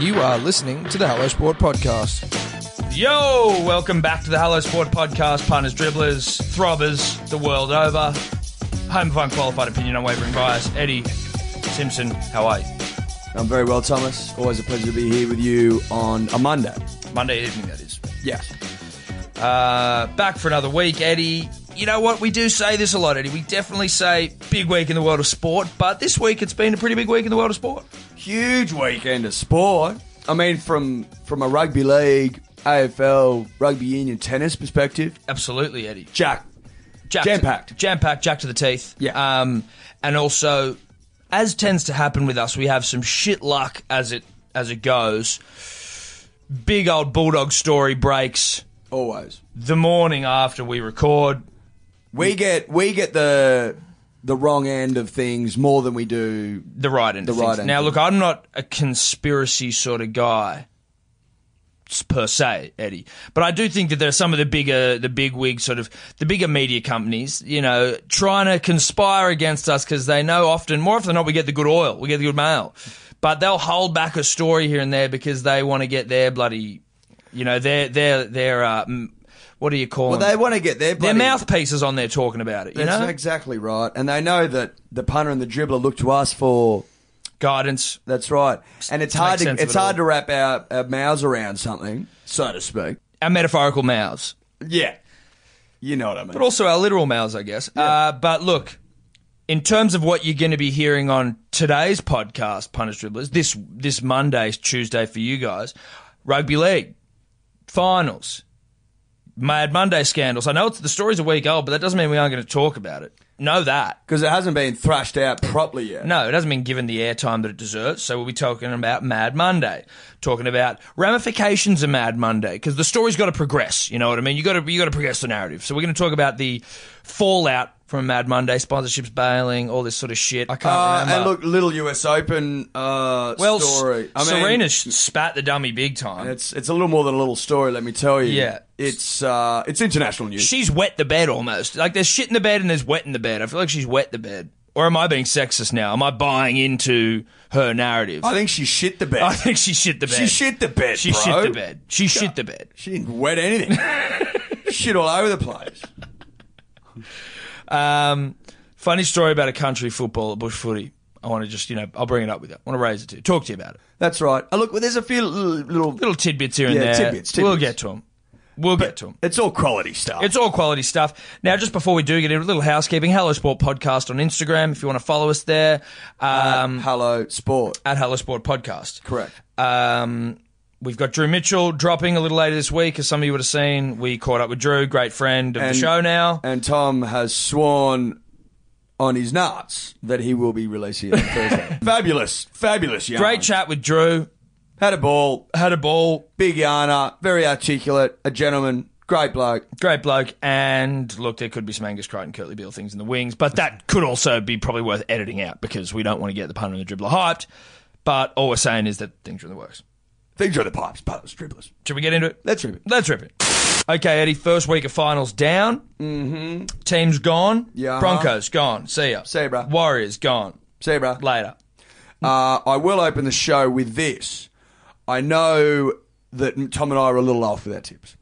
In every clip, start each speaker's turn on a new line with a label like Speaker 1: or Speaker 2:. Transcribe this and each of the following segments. Speaker 1: You are listening to the Hello Sport Podcast.
Speaker 2: Yo, welcome back to the Hello Sport podcast. Punters, dribblers, throbbers, the world over. Home of unqualified opinion, unwavering bias. Eddie Simpson, how are you?
Speaker 3: I'm very well, Thomas. Always a pleasure to be here with you on a Monday.
Speaker 2: Monday evening, that is.
Speaker 3: Yeah.
Speaker 2: Uh, back for another week, Eddie. You know what? We do say this a lot, Eddie. We definitely say big week in the world of sport, but this week it's been a pretty big week in the world of sport.
Speaker 3: Huge weekend of sport. I mean, from from a rugby league, AFL, rugby union, tennis perspective,
Speaker 2: Absolutely, Eddie.
Speaker 3: Jack.
Speaker 2: Jack-
Speaker 3: Jam-packed.
Speaker 2: Jam-packed, jack to the teeth.
Speaker 3: Yeah.
Speaker 2: Um, and also, as tends to happen with us, we have some shit luck as it as it goes. Big old bulldog story breaks
Speaker 3: Always.
Speaker 2: the morning after we record.
Speaker 3: We get we get the the wrong end of things more than we do.
Speaker 2: The right end. of
Speaker 3: The right
Speaker 2: things.
Speaker 3: end.
Speaker 2: Now, look, I'm not a conspiracy sort of guy s- per se, Eddie, but I do think that there are some of the bigger, the big wig sort of, the bigger media companies, you know, trying to conspire against us because they know often, more often than not, we get the good oil, we get the good mail, but they'll hold back a story here and there because they want to get their bloody, you know, their their their uh, m- what do you call
Speaker 3: Well,
Speaker 2: them?
Speaker 3: they want to get their
Speaker 2: their
Speaker 3: bloody-
Speaker 2: mouthpieces on there talking about it, you
Speaker 3: That's
Speaker 2: know,
Speaker 3: exactly right, and they know that the punter and the dribbler look to us for
Speaker 2: guidance.
Speaker 3: That's right. And it's
Speaker 2: to
Speaker 3: hard
Speaker 2: make
Speaker 3: to
Speaker 2: sense of
Speaker 3: it's
Speaker 2: it all.
Speaker 3: hard to wrap our, our mouths around something, so to speak.
Speaker 2: Our metaphorical mouths.
Speaker 3: Yeah. You know what I mean.
Speaker 2: but also our literal mouths, I guess. Uh, but look, in terms of what you're going to be hearing on today's podcast, Punish Dribblers, this this Monday, Tuesday for you guys, rugby league finals, Mad Monday scandals. I know it's, the story's a week old, but that doesn't mean we aren't going to talk about it. Know that.
Speaker 3: Because it hasn't been thrashed out properly yet.
Speaker 2: No, it hasn't been given the airtime that it deserves. So we'll be talking about Mad Monday, talking about ramifications of Mad Monday, because the story's got to progress. You know what I mean? You got to you got to progress the narrative. So we're going to talk about the fallout from Mad Monday, sponsorships bailing, all this sort of shit. I can't
Speaker 3: Uh,
Speaker 2: remember.
Speaker 3: and look, little US Open uh,
Speaker 2: well, S-
Speaker 3: story. I mean,
Speaker 2: Serena sh- spat the dummy big time.
Speaker 3: It's it's a little more than a little story, let me tell you.
Speaker 2: Yeah.
Speaker 3: It's uh, it's international news.
Speaker 2: she's wet the bed almost. Like there's shit in the bed and there's wet in the bed. I feel like she's wet the bed. Or am I being sexist now? Am I buying into her narrative?
Speaker 3: I
Speaker 2: I,
Speaker 3: think she shit the bed.
Speaker 2: think she shit the bed.
Speaker 3: she shit the bed.
Speaker 2: She
Speaker 3: bro.
Speaker 2: shit the bed. She shit the bed.
Speaker 3: She didn't wet anything. shit all over the place.
Speaker 2: Um, funny story about a country football, uh, bush footy. I want to just, you know, I'll bring it up with you. I want to raise it to you. Talk to you about it.
Speaker 3: That's right. Oh, look, well, there's a few little, little
Speaker 2: Little tidbits here and
Speaker 3: Yeah,
Speaker 2: there.
Speaker 3: tidbits,
Speaker 2: We'll
Speaker 3: tidbits.
Speaker 2: get to them. We'll get to them.
Speaker 3: It's all quality stuff.
Speaker 2: It's all quality stuff. Now, just before we do get into it, a little housekeeping, Hello Sport Podcast on Instagram if you want to follow us there, um,
Speaker 3: Hello, sport.
Speaker 2: at Hello Sport Podcast.
Speaker 3: Correct.
Speaker 2: Um, we've got Drew Mitchell dropping a little later this week. As some of you would have seen, we caught up with Drew, great friend of the show now.
Speaker 3: And Tom has sworn on his nuts that he will be releasing it on Thursday. fabulous, fabulous yarn.
Speaker 2: Great chat with Drew.
Speaker 3: Had a ball,
Speaker 2: Had a ball.
Speaker 3: big yarner, very articulate, a gentleman, great bloke.
Speaker 2: Great bloke. And look, there could be some Angus Crichton, Curtly Beale things in the wings, but that could also be probably worth editing out because we don't want to get the punter and the dribbler hyped. But all we're saying is that things are in the works.
Speaker 3: Things are the pipes, putters, dribblers.
Speaker 2: Should we get into it?
Speaker 3: Let's rip it.
Speaker 2: Let's rip it. Okay, Eddie, first week of finals down. Mm-hmm. Team's gone.
Speaker 3: Yeah. uh-huh.
Speaker 2: Broncos gone. See ya.
Speaker 3: See ya, bruh.
Speaker 2: Warriors gone.
Speaker 3: See, bro.
Speaker 2: Later.
Speaker 3: Uh, I will open the show with this. I know that Tom and I are a little off with our tips.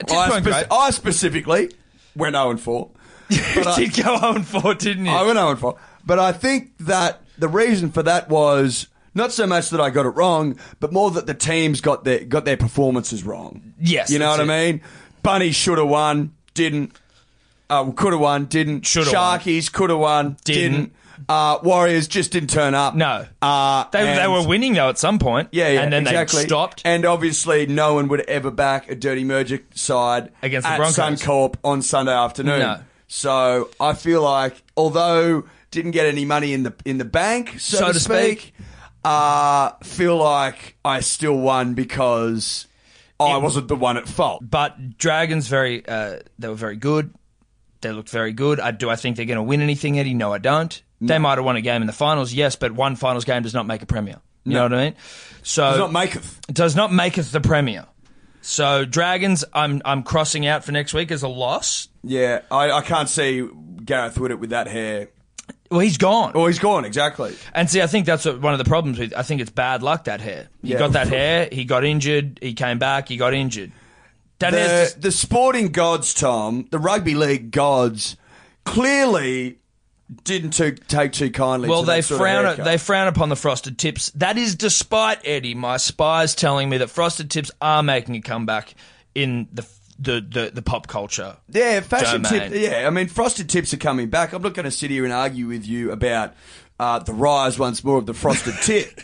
Speaker 2: Tips
Speaker 3: I,
Speaker 2: weren't
Speaker 3: spec-
Speaker 2: great.
Speaker 3: I specifically went 0 and 4.
Speaker 2: You
Speaker 3: But I-
Speaker 2: did go on four, didn't you?
Speaker 3: I went 0 and 4. But I think that the reason for that was not so much that I got it wrong, but more that the teams got their got their performances wrong.
Speaker 2: Yes,
Speaker 3: You know
Speaker 2: that's
Speaker 3: what I
Speaker 2: it.
Speaker 3: mean? Bunny should have won, didn't. Uh, could have won, didn't.
Speaker 2: Shoulda won.
Speaker 3: Sharkies could have won,
Speaker 2: Didn't.
Speaker 3: didn't. Uh, Warriors just didn't turn up.
Speaker 2: No.
Speaker 3: Uh,
Speaker 2: they, they
Speaker 3: and-
Speaker 2: were winning, though, at some point.
Speaker 3: Yeah, yeah,
Speaker 2: And then
Speaker 3: exactly.
Speaker 2: they stopped.
Speaker 3: And obviously, no one would ever back a dirty merger side
Speaker 2: Against the
Speaker 3: at
Speaker 2: Broncos.
Speaker 3: Suncorp on Sunday afternoon.
Speaker 2: No.
Speaker 3: So I feel like, although didn't get any money in the in the bank, so,
Speaker 2: So
Speaker 3: to,
Speaker 2: to
Speaker 3: speak,
Speaker 2: speak.
Speaker 3: uh, feel like I still won because I wasn't the one at fault.
Speaker 2: But Dragons very uh, they were very good. They looked very good. I do I think they're going to win anything, Eddie? No, I don't.
Speaker 3: Mm.
Speaker 2: They might have won a game in the finals, yes, but one finals game does not make a premier. You know what I mean? So
Speaker 3: It's not maketh.
Speaker 2: does not make us the premier. So Dragons, I'm I'm crossing out for next week as a loss.
Speaker 3: Yeah, I, I can't see Gareth Woodett with that hair.
Speaker 2: Well, he's gone.
Speaker 3: Oh, he's gone, exactly.
Speaker 2: And see, I think that's what, one of the problems with. I think it's bad luck that hair. He
Speaker 3: Yeah.
Speaker 2: got that hair. He got injured. He came back. He got injured. That hair's
Speaker 3: the,
Speaker 2: just-
Speaker 3: the sporting gods, Tom, the rugby league gods, clearly didn't too, take too kindly.
Speaker 2: well,
Speaker 3: to that
Speaker 2: they
Speaker 3: sort of
Speaker 2: frown
Speaker 3: haircut.
Speaker 2: they frown upon the frosted tips. That is despite Eddie, my spies telling me that frosted tips are making a comeback in the the the, the pop culture.
Speaker 3: yeah, fashion
Speaker 2: Domain.
Speaker 3: tip. Yeah, I mean, frosted tips are coming back. I'm not going to sit here and argue with you about uh, the rise once more of the frosted tip.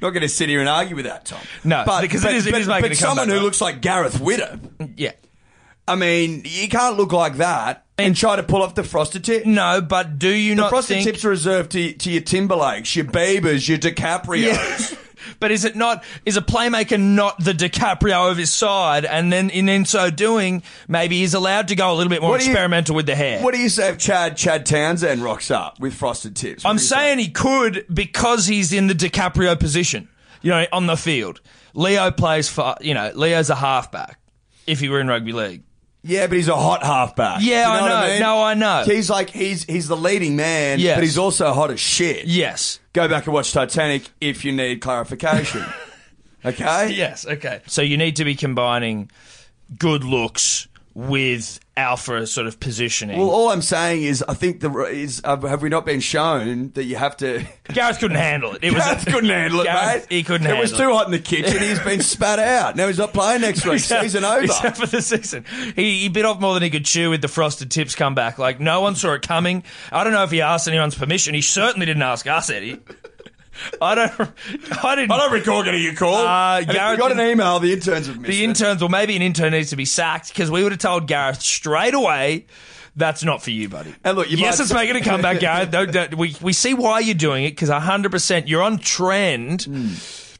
Speaker 3: Not going to sit here and argue with that, Tom.
Speaker 2: No, because it is- it is making
Speaker 3: but
Speaker 2: a
Speaker 3: someone
Speaker 2: comeback,
Speaker 3: who
Speaker 2: right?
Speaker 3: looks like Gareth Widdop.
Speaker 2: Yeah.
Speaker 3: I mean, you can't look like that and try to pull off the frosted tip.
Speaker 2: No, but do you
Speaker 3: the
Speaker 2: not
Speaker 3: frosted
Speaker 2: think?
Speaker 3: tips are reserved to, to your Timberlakes, your Biebers, your DiCaprios.
Speaker 2: but is it not? Is a playmaker not the DiCaprio of his side? And then, and in so doing, maybe he's allowed to go a little bit more
Speaker 3: What do you-
Speaker 2: experimental with the hair.
Speaker 3: What do you say if Chad Chad Townsend rocks up with frosted tips? What
Speaker 2: I'm
Speaker 3: do you say?
Speaker 2: saying he could because he's in the DiCaprio position, you know, on the field. Leo plays for, you know, Leo's a halfback if he were in rugby league.
Speaker 3: yeah, but he's a hot halfback.
Speaker 2: Yeah,
Speaker 3: Do you
Speaker 2: I
Speaker 3: what
Speaker 2: know. No, I know.
Speaker 3: He's like he's he's the leading man,
Speaker 2: Yes.
Speaker 3: but he's also hot as shit.
Speaker 2: Yes.
Speaker 3: Go back and watch Titanic if you need clarification. okay.
Speaker 2: Yes, okay. So you need to be combining good looks with alpha sort of positioning.
Speaker 3: Well, all I'm saying is, I think the is uh, have we not been shown that you have to?
Speaker 2: Gareth couldn't handle it. It was
Speaker 3: Gareth couldn't handle it,
Speaker 2: Gareth-
Speaker 3: mate.
Speaker 2: He couldn't
Speaker 3: It
Speaker 2: handle
Speaker 3: was too hot in the kitchen. He's been spat out. Now he's not playing next week.
Speaker 2: Except-
Speaker 3: Season over.
Speaker 2: Except for the season. He, he bit off more than he could chew with the frosted tips comeback. Like, no one saw it coming. I don't know if he asked anyone's permission. He certainly didn't ask us, Eddie. I don't. I didn't.
Speaker 3: I don't recall getting a call.
Speaker 2: Uh,
Speaker 3: And if
Speaker 2: Gareth-
Speaker 3: we got an email. The interns have missed
Speaker 2: the
Speaker 3: it.
Speaker 2: interns, well, maybe an intern needs to be sacked because we would have told Gareth straight away. That's not for you, buddy.
Speaker 3: And look, you
Speaker 2: yes,
Speaker 3: might-
Speaker 2: it's making a comeback, Gareth. No, doubt. we we see why you're doing it because 100 percent you're on trend,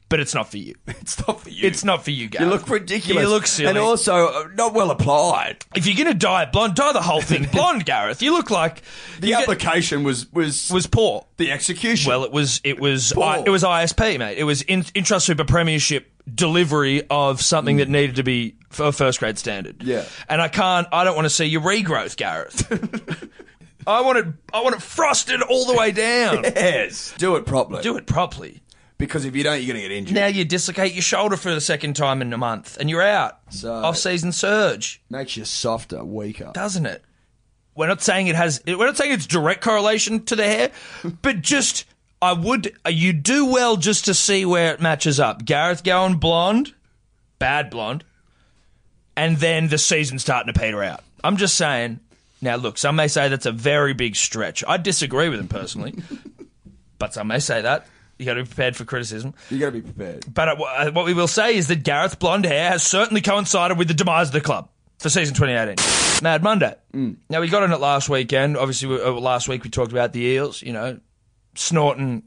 Speaker 2: but it's not for you.
Speaker 3: It's not for Hmm. you.
Speaker 2: It's not for you, Gareth.
Speaker 3: You look ridiculous.
Speaker 2: You look silly.
Speaker 3: And also, uh, not well applied.
Speaker 2: if you're gonna dye it blonde, dye the whole thing blonde, Gareth. You look like
Speaker 3: The
Speaker 2: you get-
Speaker 3: application was, was
Speaker 2: was poor.
Speaker 3: the execution.
Speaker 2: Well, it was it was
Speaker 3: Poor.
Speaker 2: I, it was ISP, mate. It was in, intra super premiership delivery of something that needed to be f- a first grade standard.
Speaker 3: Yeah.
Speaker 2: and I can't. I don't want to see your regrowth, Gareth. I want it. I want it frosted all the way down.
Speaker 3: yes. Do it properly.
Speaker 2: Do it properly.
Speaker 3: Because if you don't, you're going to get injured.
Speaker 2: Now you dislocate your shoulder for the second time in a month, and you're out.
Speaker 3: So-
Speaker 2: Off season surge.
Speaker 3: Makes you softer, weaker.
Speaker 2: doesn't it? We're not saying it has. We're not saying it's direct correlation to the hair, but just I would. You do well just to see where it matches up. Gareth Gowan blonde, bad blonde, and then the season starting to peter out. I'm just saying. Now look, some may say that's a very big stretch. I disagree with him personally, but some may say that. You got to be prepared for criticism.
Speaker 3: you got to be prepared.
Speaker 2: But uh, what we will say is that Gareth's blonde hair has certainly coincided with the demise of the club for season 2018. Mad Monday. Now, we got on it last weekend. Obviously, we, uh, last week we talked about the Eels, you know, snorting,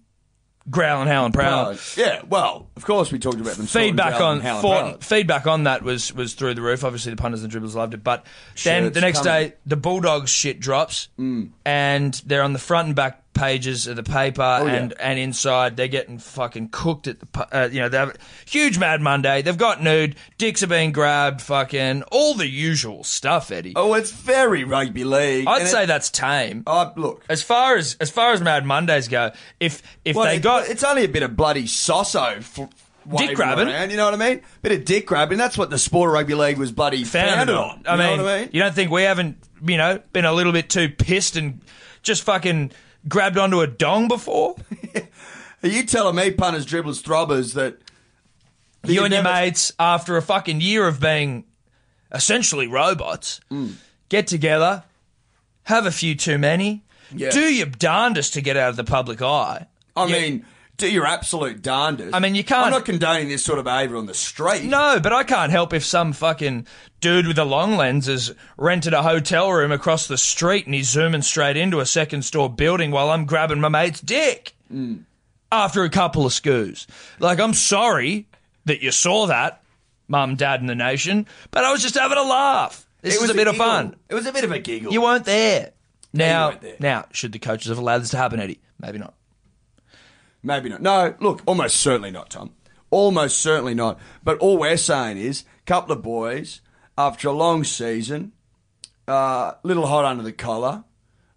Speaker 2: growling, howling, prowling.
Speaker 3: Uh, yeah, well, of course we talked about them. sorting
Speaker 2: Feedback
Speaker 3: out
Speaker 2: on
Speaker 3: how and
Speaker 2: for,
Speaker 3: how.
Speaker 2: feedback on that was was through the roof. Obviously, the punters and dribblers loved it. But then
Speaker 3: it's
Speaker 2: the next
Speaker 3: coming. Mm.
Speaker 2: day, the Bulldogs shit drops, and they're on the front and back pages of the paper,
Speaker 3: Oh, yeah.
Speaker 2: and and inside they're getting fucking cooked at the pu- uh, you know they have huge Mad Monday. They've got nude dicks are being grabbed, fucking all the usual stuff, Eddie.
Speaker 3: Oh, it's very rugby league.
Speaker 2: I'd
Speaker 3: and
Speaker 2: say
Speaker 3: It,
Speaker 2: that's tame.
Speaker 3: oh, look.
Speaker 2: as far as as far as Mad Mondays go, if if
Speaker 3: Well,
Speaker 2: they
Speaker 3: it-
Speaker 2: got
Speaker 3: it's only a bit of bloody soso. F- waving
Speaker 2: grabbing.
Speaker 3: around, you know what I mean? Bit of dick grabbing. That's what the sport of rugby league was bloody founded, on.
Speaker 2: I
Speaker 3: you
Speaker 2: mean,
Speaker 3: know what I mean?
Speaker 2: you don't think we haven't, you know, been a little bit too pissed and just fucking grabbed onto a dong before?
Speaker 3: Are you telling me punters, dribblers, throbbers that that
Speaker 2: you and your
Speaker 3: never-
Speaker 2: mates, after a fucking year of being essentially robots,
Speaker 3: Mm.
Speaker 2: get together, have a few too many,
Speaker 3: Yeah.
Speaker 2: do your darndest to get out of the public eye.
Speaker 3: I
Speaker 2: You-
Speaker 3: mean, do your absolute darndest.
Speaker 2: I mean, you can't-
Speaker 3: I'm not condoning this sort of behaviour on the street.
Speaker 2: No, but I can't help if some fucking dude with a long lens has rented a hotel room across the street and he's zooming straight into a second store building while I'm grabbing my mate's dick
Speaker 3: Hmm.
Speaker 2: after a couple of scoos. Like, I'm sorry that you saw that, mum, dad, and the nation, but I was just having a laugh. This was a bit of
Speaker 3: giggle.
Speaker 2: fun.
Speaker 3: It was a bit of a giggle.
Speaker 2: You weren't there. Now,
Speaker 3: weren't there.
Speaker 2: now, should the coaches have allowed this to happen, Eddie? Maybe not.
Speaker 3: Maybe not. No, look, almost certainly not, Tom. Almost certainly not. But all we're saying is, couple of boys after a long season, uh, little hot under the collar,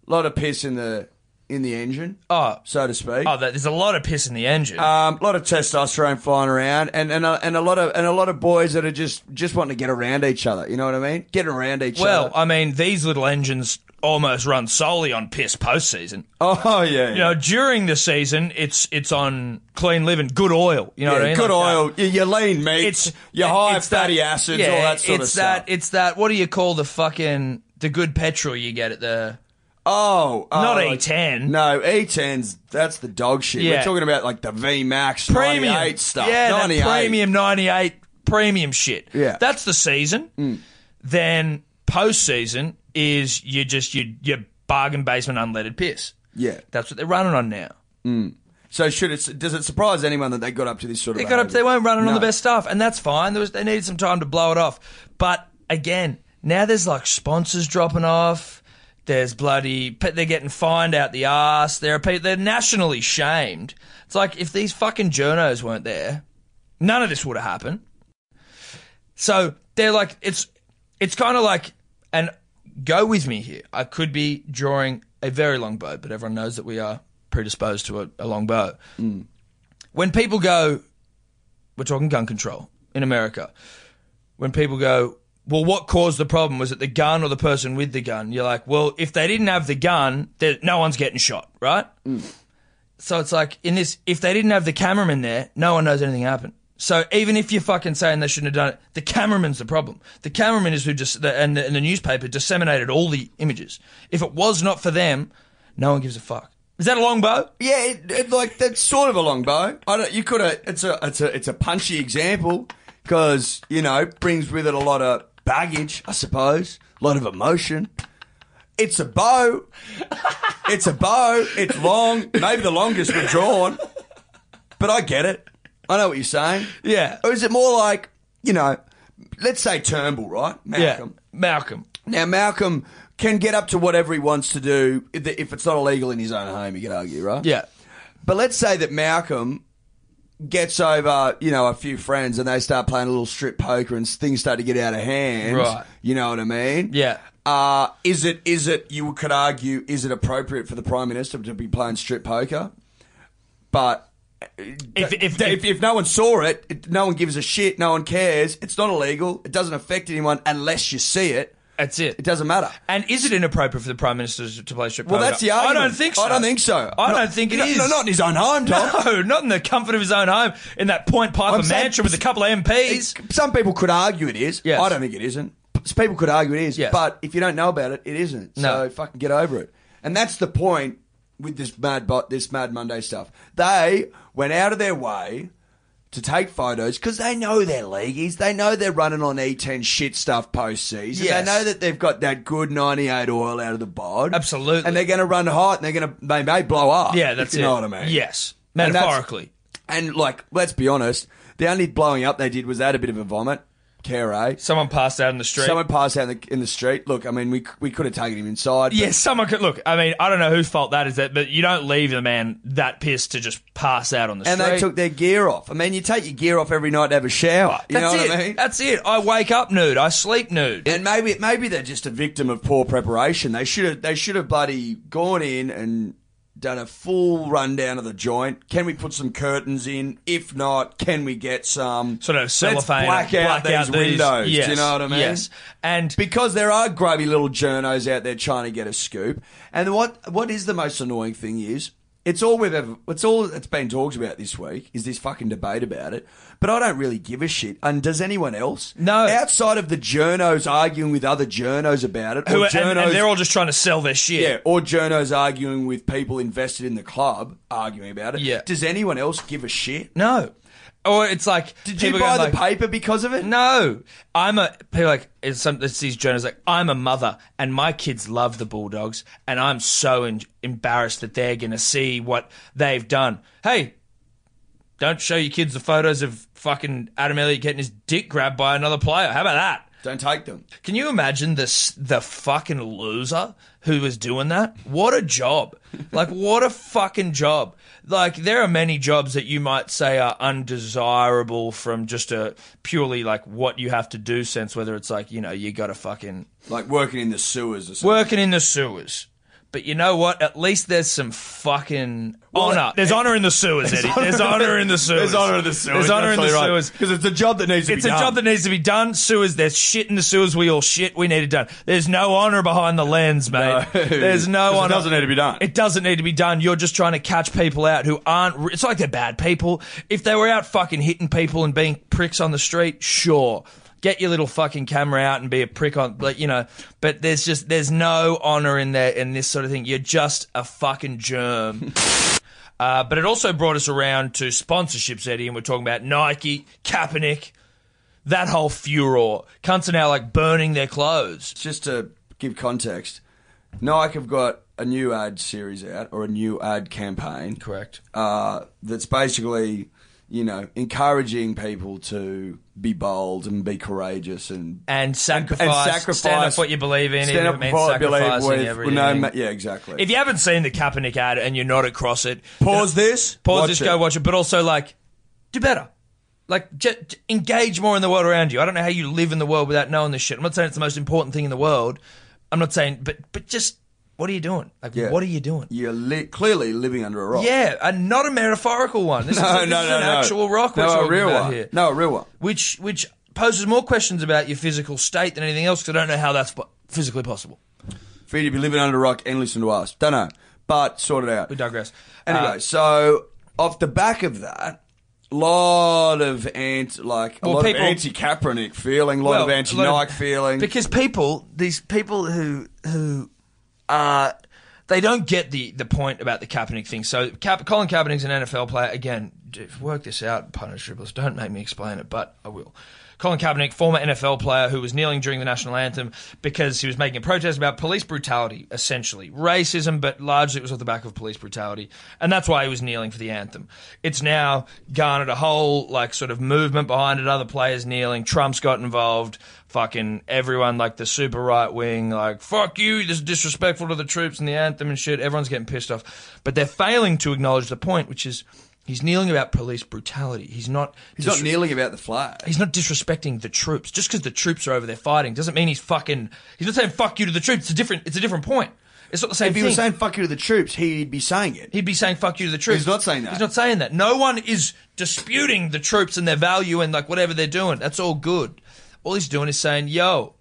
Speaker 3: lot of piss in the in the engine,
Speaker 2: Oh,
Speaker 3: so to speak.
Speaker 2: oh, that, there's a lot of piss in the engine.
Speaker 3: Um, a lot of testosterone flying around, and and a, and a lot of and a lot of boys that are just just wanting to get around each other. You know what I mean? Getting around each
Speaker 2: well,
Speaker 3: other.
Speaker 2: I mean, these little engines almost run solely on piss postseason.
Speaker 3: oh yeah,
Speaker 2: You know, during the season, it's it's on clean living, good oil. You know
Speaker 3: Yeah,
Speaker 2: what I mean? Like,
Speaker 3: good
Speaker 2: uh,
Speaker 3: oil. You, you lean meats.
Speaker 2: It's
Speaker 3: You high
Speaker 2: it's
Speaker 3: fatty
Speaker 2: that-
Speaker 3: acids.
Speaker 2: yeah,
Speaker 3: all that sort
Speaker 2: it's
Speaker 3: of
Speaker 2: that,
Speaker 3: stuff.
Speaker 2: It's that. What do you call the fucking the good petrol you get at the?
Speaker 3: Oh, oh,
Speaker 2: Not
Speaker 3: like-
Speaker 2: E10.
Speaker 3: No, E10's that's the dog shit. We're
Speaker 2: Yeah.
Speaker 3: talking about like the V Max
Speaker 2: premium
Speaker 3: 98 stuff.
Speaker 2: Yeah, that
Speaker 3: 98.
Speaker 2: premium '98 premium shit.
Speaker 3: Yeah. Mm.
Speaker 2: that's the season. Then postseason is you just your your bargain basement unleaded piss.
Speaker 3: Yeah.
Speaker 2: that's what they're running on now.
Speaker 3: So should it? Does it surprise anyone that they got up to this sort
Speaker 2: They
Speaker 3: of?
Speaker 2: got up. They
Speaker 3: behaviour?
Speaker 2: weren't running on
Speaker 3: No.
Speaker 2: the best stuff, and that's fine. There was they needed some time to blow it off. But again, now there's like sponsors dropping off. There's bloody. pe- They're getting fined out the ass. They're pe- they're nationally shamed. It's like if these fucking journos weren't there, none of this would have happened. So they're like, it's it's kind of like, and go with me here. I could be drawing a very long bow, but everyone knows that we are predisposed to a, a long bow. When people go, we're talking gun control in America. When people go, well, what caused the problem? Was it the gun or the person with the gun? You're like, well, if they didn't have the gun, there- no one's getting shot, right? So it's like in this, if they didn't have the cameraman there, no one knows anything happened. So even if you're fucking saying they shouldn't have done it, the cameraman's the problem. The cameraman is who just the, and, the, and the newspaper disseminated all the images. If it was not for them, no one gives a fuck. Is that a long bow?
Speaker 3: Yeah, it, it, like that's sort of a long bow. I don't, you could have. It's a it's a it's a punchy example because you know brings with it a lot of baggage, I suppose, a lot of emotion. It's a bow. It's a bow. It's long. Maybe the longest we've drawn, but I get it. I know what you're saying.
Speaker 2: Yeah.
Speaker 3: Or is it more like you know, let's say Turnbull, right? Malcolm.
Speaker 2: Yeah, Malcolm.
Speaker 3: Now, Malcolm can get up to whatever he wants to do if if it's not illegal in his own home, you could argue, right?
Speaker 2: Yeah,
Speaker 3: But let's say that Malcolm gets over, you know, a few friends and they start playing a little strip poker and things start to get out of hand.
Speaker 2: Right.
Speaker 3: You know what I mean?
Speaker 2: yeah.
Speaker 3: Uh, is it, is it, you could argue, is it appropriate for the Prime Minister to be playing strip poker? But.
Speaker 2: If- if-
Speaker 3: if, if no one saw it, it, no one gives a shit, no one cares, it's not illegal, it doesn't affect anyone unless you see it,
Speaker 2: That's
Speaker 3: it
Speaker 2: it.
Speaker 3: doesn't matter.
Speaker 2: And is it inappropriate for the prime minister to play strip?
Speaker 3: Well,
Speaker 2: poker?
Speaker 3: that's the argument.
Speaker 2: I don't think so.
Speaker 3: I don't think so.
Speaker 2: I
Speaker 3: Not-
Speaker 2: don't think it
Speaker 3: no,
Speaker 2: is.
Speaker 3: No, not in his own home, Tom.
Speaker 2: No, not in the comfort of his own home in that Point Piper
Speaker 3: I'm saying-
Speaker 2: mansion with a couple of MPs.
Speaker 3: Some people could argue it is.
Speaker 2: Yes.
Speaker 3: I don't think it isn't. S- People could argue it is.
Speaker 2: Yes.
Speaker 3: But if you don't know about it, it isn't.
Speaker 2: No.
Speaker 3: So fucking get over it. And that's the point with this mad bot, this Mad Monday stuff. They went out of their way to take photos because they know they're leagueies. They know they're running on E10 shit stuff postseason.
Speaker 2: Yes.
Speaker 3: They know that they've got that good 98 oil out of the bod.
Speaker 2: Absolutely.
Speaker 3: And they're going to run hot and they're going to, they may blow up.
Speaker 2: Yeah, that's
Speaker 3: if you
Speaker 2: it.
Speaker 3: know what I mean.
Speaker 2: Yes,
Speaker 3: And that's-
Speaker 2: metaphorically.
Speaker 3: And like, let's be honest, the only blowing up they did was they had a bit of a vomit. Care A.
Speaker 2: Someone passed out in the street.
Speaker 3: Someone passed out in the, in the street. Look, I mean, we we could have taken him inside. but
Speaker 2: yeah, someone could look. I mean, I don't know whose fault that is, that, but you don't leave a man that pissed to just pass out on the
Speaker 3: And
Speaker 2: street.
Speaker 3: they took their gear off. I mean, you take your gear off every night to have a shower. You
Speaker 2: That's
Speaker 3: know
Speaker 2: it.
Speaker 3: what I mean?
Speaker 2: That's it. I wake up nude. I sleep nude.
Speaker 3: And maybe maybe they're just a victim of poor preparation. They should have they should have bloody gone in and done a full rundown of the joint. Can we put some curtains in? If not, can we get some
Speaker 2: sort of cellophane,
Speaker 3: Let's black out these windows.
Speaker 2: Yes,
Speaker 3: Do you know what I mean?
Speaker 2: Yes, and
Speaker 3: because there are grubby little journos out there trying to get a scoop. And what what is the most annoying thing is it's all we've ever it's all that's been talked about this week is this fucking debate about it. But I don't really give a shit. And does anyone else?
Speaker 2: No.
Speaker 3: Outside of the journos arguing with other journos about it,
Speaker 2: who
Speaker 3: or
Speaker 2: are, and,
Speaker 3: journos
Speaker 2: and they're all just trying to sell their shit.
Speaker 3: yeah, or journos arguing with people invested in the club arguing about it.
Speaker 2: Yeah.
Speaker 3: Does anyone else give a shit?
Speaker 2: No, or it's like
Speaker 3: Did you buy the paper because of it?
Speaker 2: No, I'm a people like it's some it's these journals like I'm a mother and my kids love the Bulldogs and I'm so en- embarrassed that they're gonna see what they've done. Hey, don't show your kids the photos of fucking Adam Elliott getting his dick grabbed by another player. How about that?
Speaker 3: Don't take them.
Speaker 2: Can you imagine this the fucking loser who was doing that? What a job. Like what a fucking job. Like there are many jobs that you might say are undesirable from just a purely like what you have to do sense whether it's like, you know, you got to fucking
Speaker 3: Like working in the sewers or something.
Speaker 2: working in the sewers. But you know what? At least there's some fucking
Speaker 3: Well,
Speaker 2: honor. There's honor in the sewers, Eddie. There's honor in the sewers.
Speaker 3: There's honor in the sewers.
Speaker 2: There's honor in the sewers.
Speaker 3: Because it's a job that needs to be
Speaker 2: It's a
Speaker 3: done.
Speaker 2: job that needs to be done. Sewers, there's shit in the sewers. We all shit. We need it done. There's no honour behind the lens, mate.
Speaker 3: No.
Speaker 2: There's no
Speaker 3: 'Cause it
Speaker 2: honour.
Speaker 3: doesn't need to be done.
Speaker 2: It doesn't need to be done. You're just trying to catch people out who aren't. Re- it's like they're bad people. If they were out fucking hitting people and being pricks on the street, sure. Get your little fucking camera out and be a prick on, like you know. But there's just there's no honor in there in this sort of thing. You're just a fucking germ. Uh, but it also brought us around to sponsorships, Eddie, and we're talking about Nike, Kaepernick, that whole furor. Cunts are now like burning their clothes.
Speaker 3: just to give context, Nike have got a new ad series out or a new ad campaign.
Speaker 2: Correct.
Speaker 3: Uh, that's basically, you know, encouraging people to be bold and be courageous and
Speaker 2: And sacrifice,
Speaker 3: sacrifice-
Speaker 2: Stand up for what you believe in.
Speaker 3: stand
Speaker 2: even
Speaker 3: up
Speaker 2: if it means
Speaker 3: for what I believe
Speaker 2: sacrificing
Speaker 3: with.
Speaker 2: everything.
Speaker 3: with no, ma- yeah, exactly.
Speaker 2: if you haven't seen the Kaepernick ad and you're not across it,
Speaker 3: pause this,
Speaker 2: pause
Speaker 3: watch
Speaker 2: this,
Speaker 3: it.
Speaker 2: go watch it. But also, like, do better. Like, j- j- engage more in the world around you. I don't know how you live in the world without knowing this shit. I'm not saying it's the most important thing in the world. I'm not saying, but but just what are you doing? Like,
Speaker 3: Yeah.
Speaker 2: what are you doing?
Speaker 3: You're li- clearly living under a rock.
Speaker 2: Yeah, and not a metaphorical one. This is,
Speaker 3: No,
Speaker 2: this
Speaker 3: no,
Speaker 2: is
Speaker 3: no,
Speaker 2: an
Speaker 3: no.
Speaker 2: actual rock we're
Speaker 3: No, a
Speaker 2: talking
Speaker 3: real
Speaker 2: about
Speaker 3: one.
Speaker 2: here.
Speaker 3: No, a real one.
Speaker 2: Which which poses more questions about your physical state than anything else. 'cause I don't know how that's po- physically possible.
Speaker 3: For you to be living under a rock and listen to us. Don't know. But sort it out.
Speaker 2: We digress.
Speaker 3: Anyway,
Speaker 2: Uh,
Speaker 3: so off the back of that, lot of anti like a
Speaker 2: Well,
Speaker 3: lot
Speaker 2: people-
Speaker 3: of anti Kaepernick feeling, a lot of
Speaker 2: Well,
Speaker 3: anti
Speaker 2: a lot
Speaker 3: Nike feeling.
Speaker 2: Because people, these people who who are they don't get the the point about the Kaepernick thing. So Cap, Colin Kaepernick's an NFL player. Again, d- work this out, punish dribblers. Don't make me explain it, but I will. Colin Kaepernick, former NFL player who was kneeling during the national anthem because he was making a protest about police brutality, essentially. Racism, but largely it was off the back of police brutality. And that's why he was kneeling for the anthem. It's now garnered a whole, like, sort of movement behind it. Other players kneeling. Trump's got involved. Fucking everyone, like, the super right wing, like, fuck you, this is disrespectful to the troops and the anthem and shit. Everyone's getting pissed off. But they're failing to acknowledge the point, which is he's kneeling about police brutality. He's not.
Speaker 3: he's not
Speaker 2: disres-
Speaker 3: kneeling about the flag.
Speaker 2: He's not disrespecting the troops. Just because the troops are over there fighting doesn't mean he's fucking. He's not saying fuck you to the troops. It's a different. It's a different point. It's not the same
Speaker 3: If he
Speaker 2: thing.
Speaker 3: was saying fuck you to the troops, he'd be saying it.
Speaker 2: He'd be saying fuck you to the troops.
Speaker 3: He's not saying that.
Speaker 2: He's not saying that. No one is disputing the troops and their value and like whatever they're doing. That's all good. All he's doing is saying, "Yo,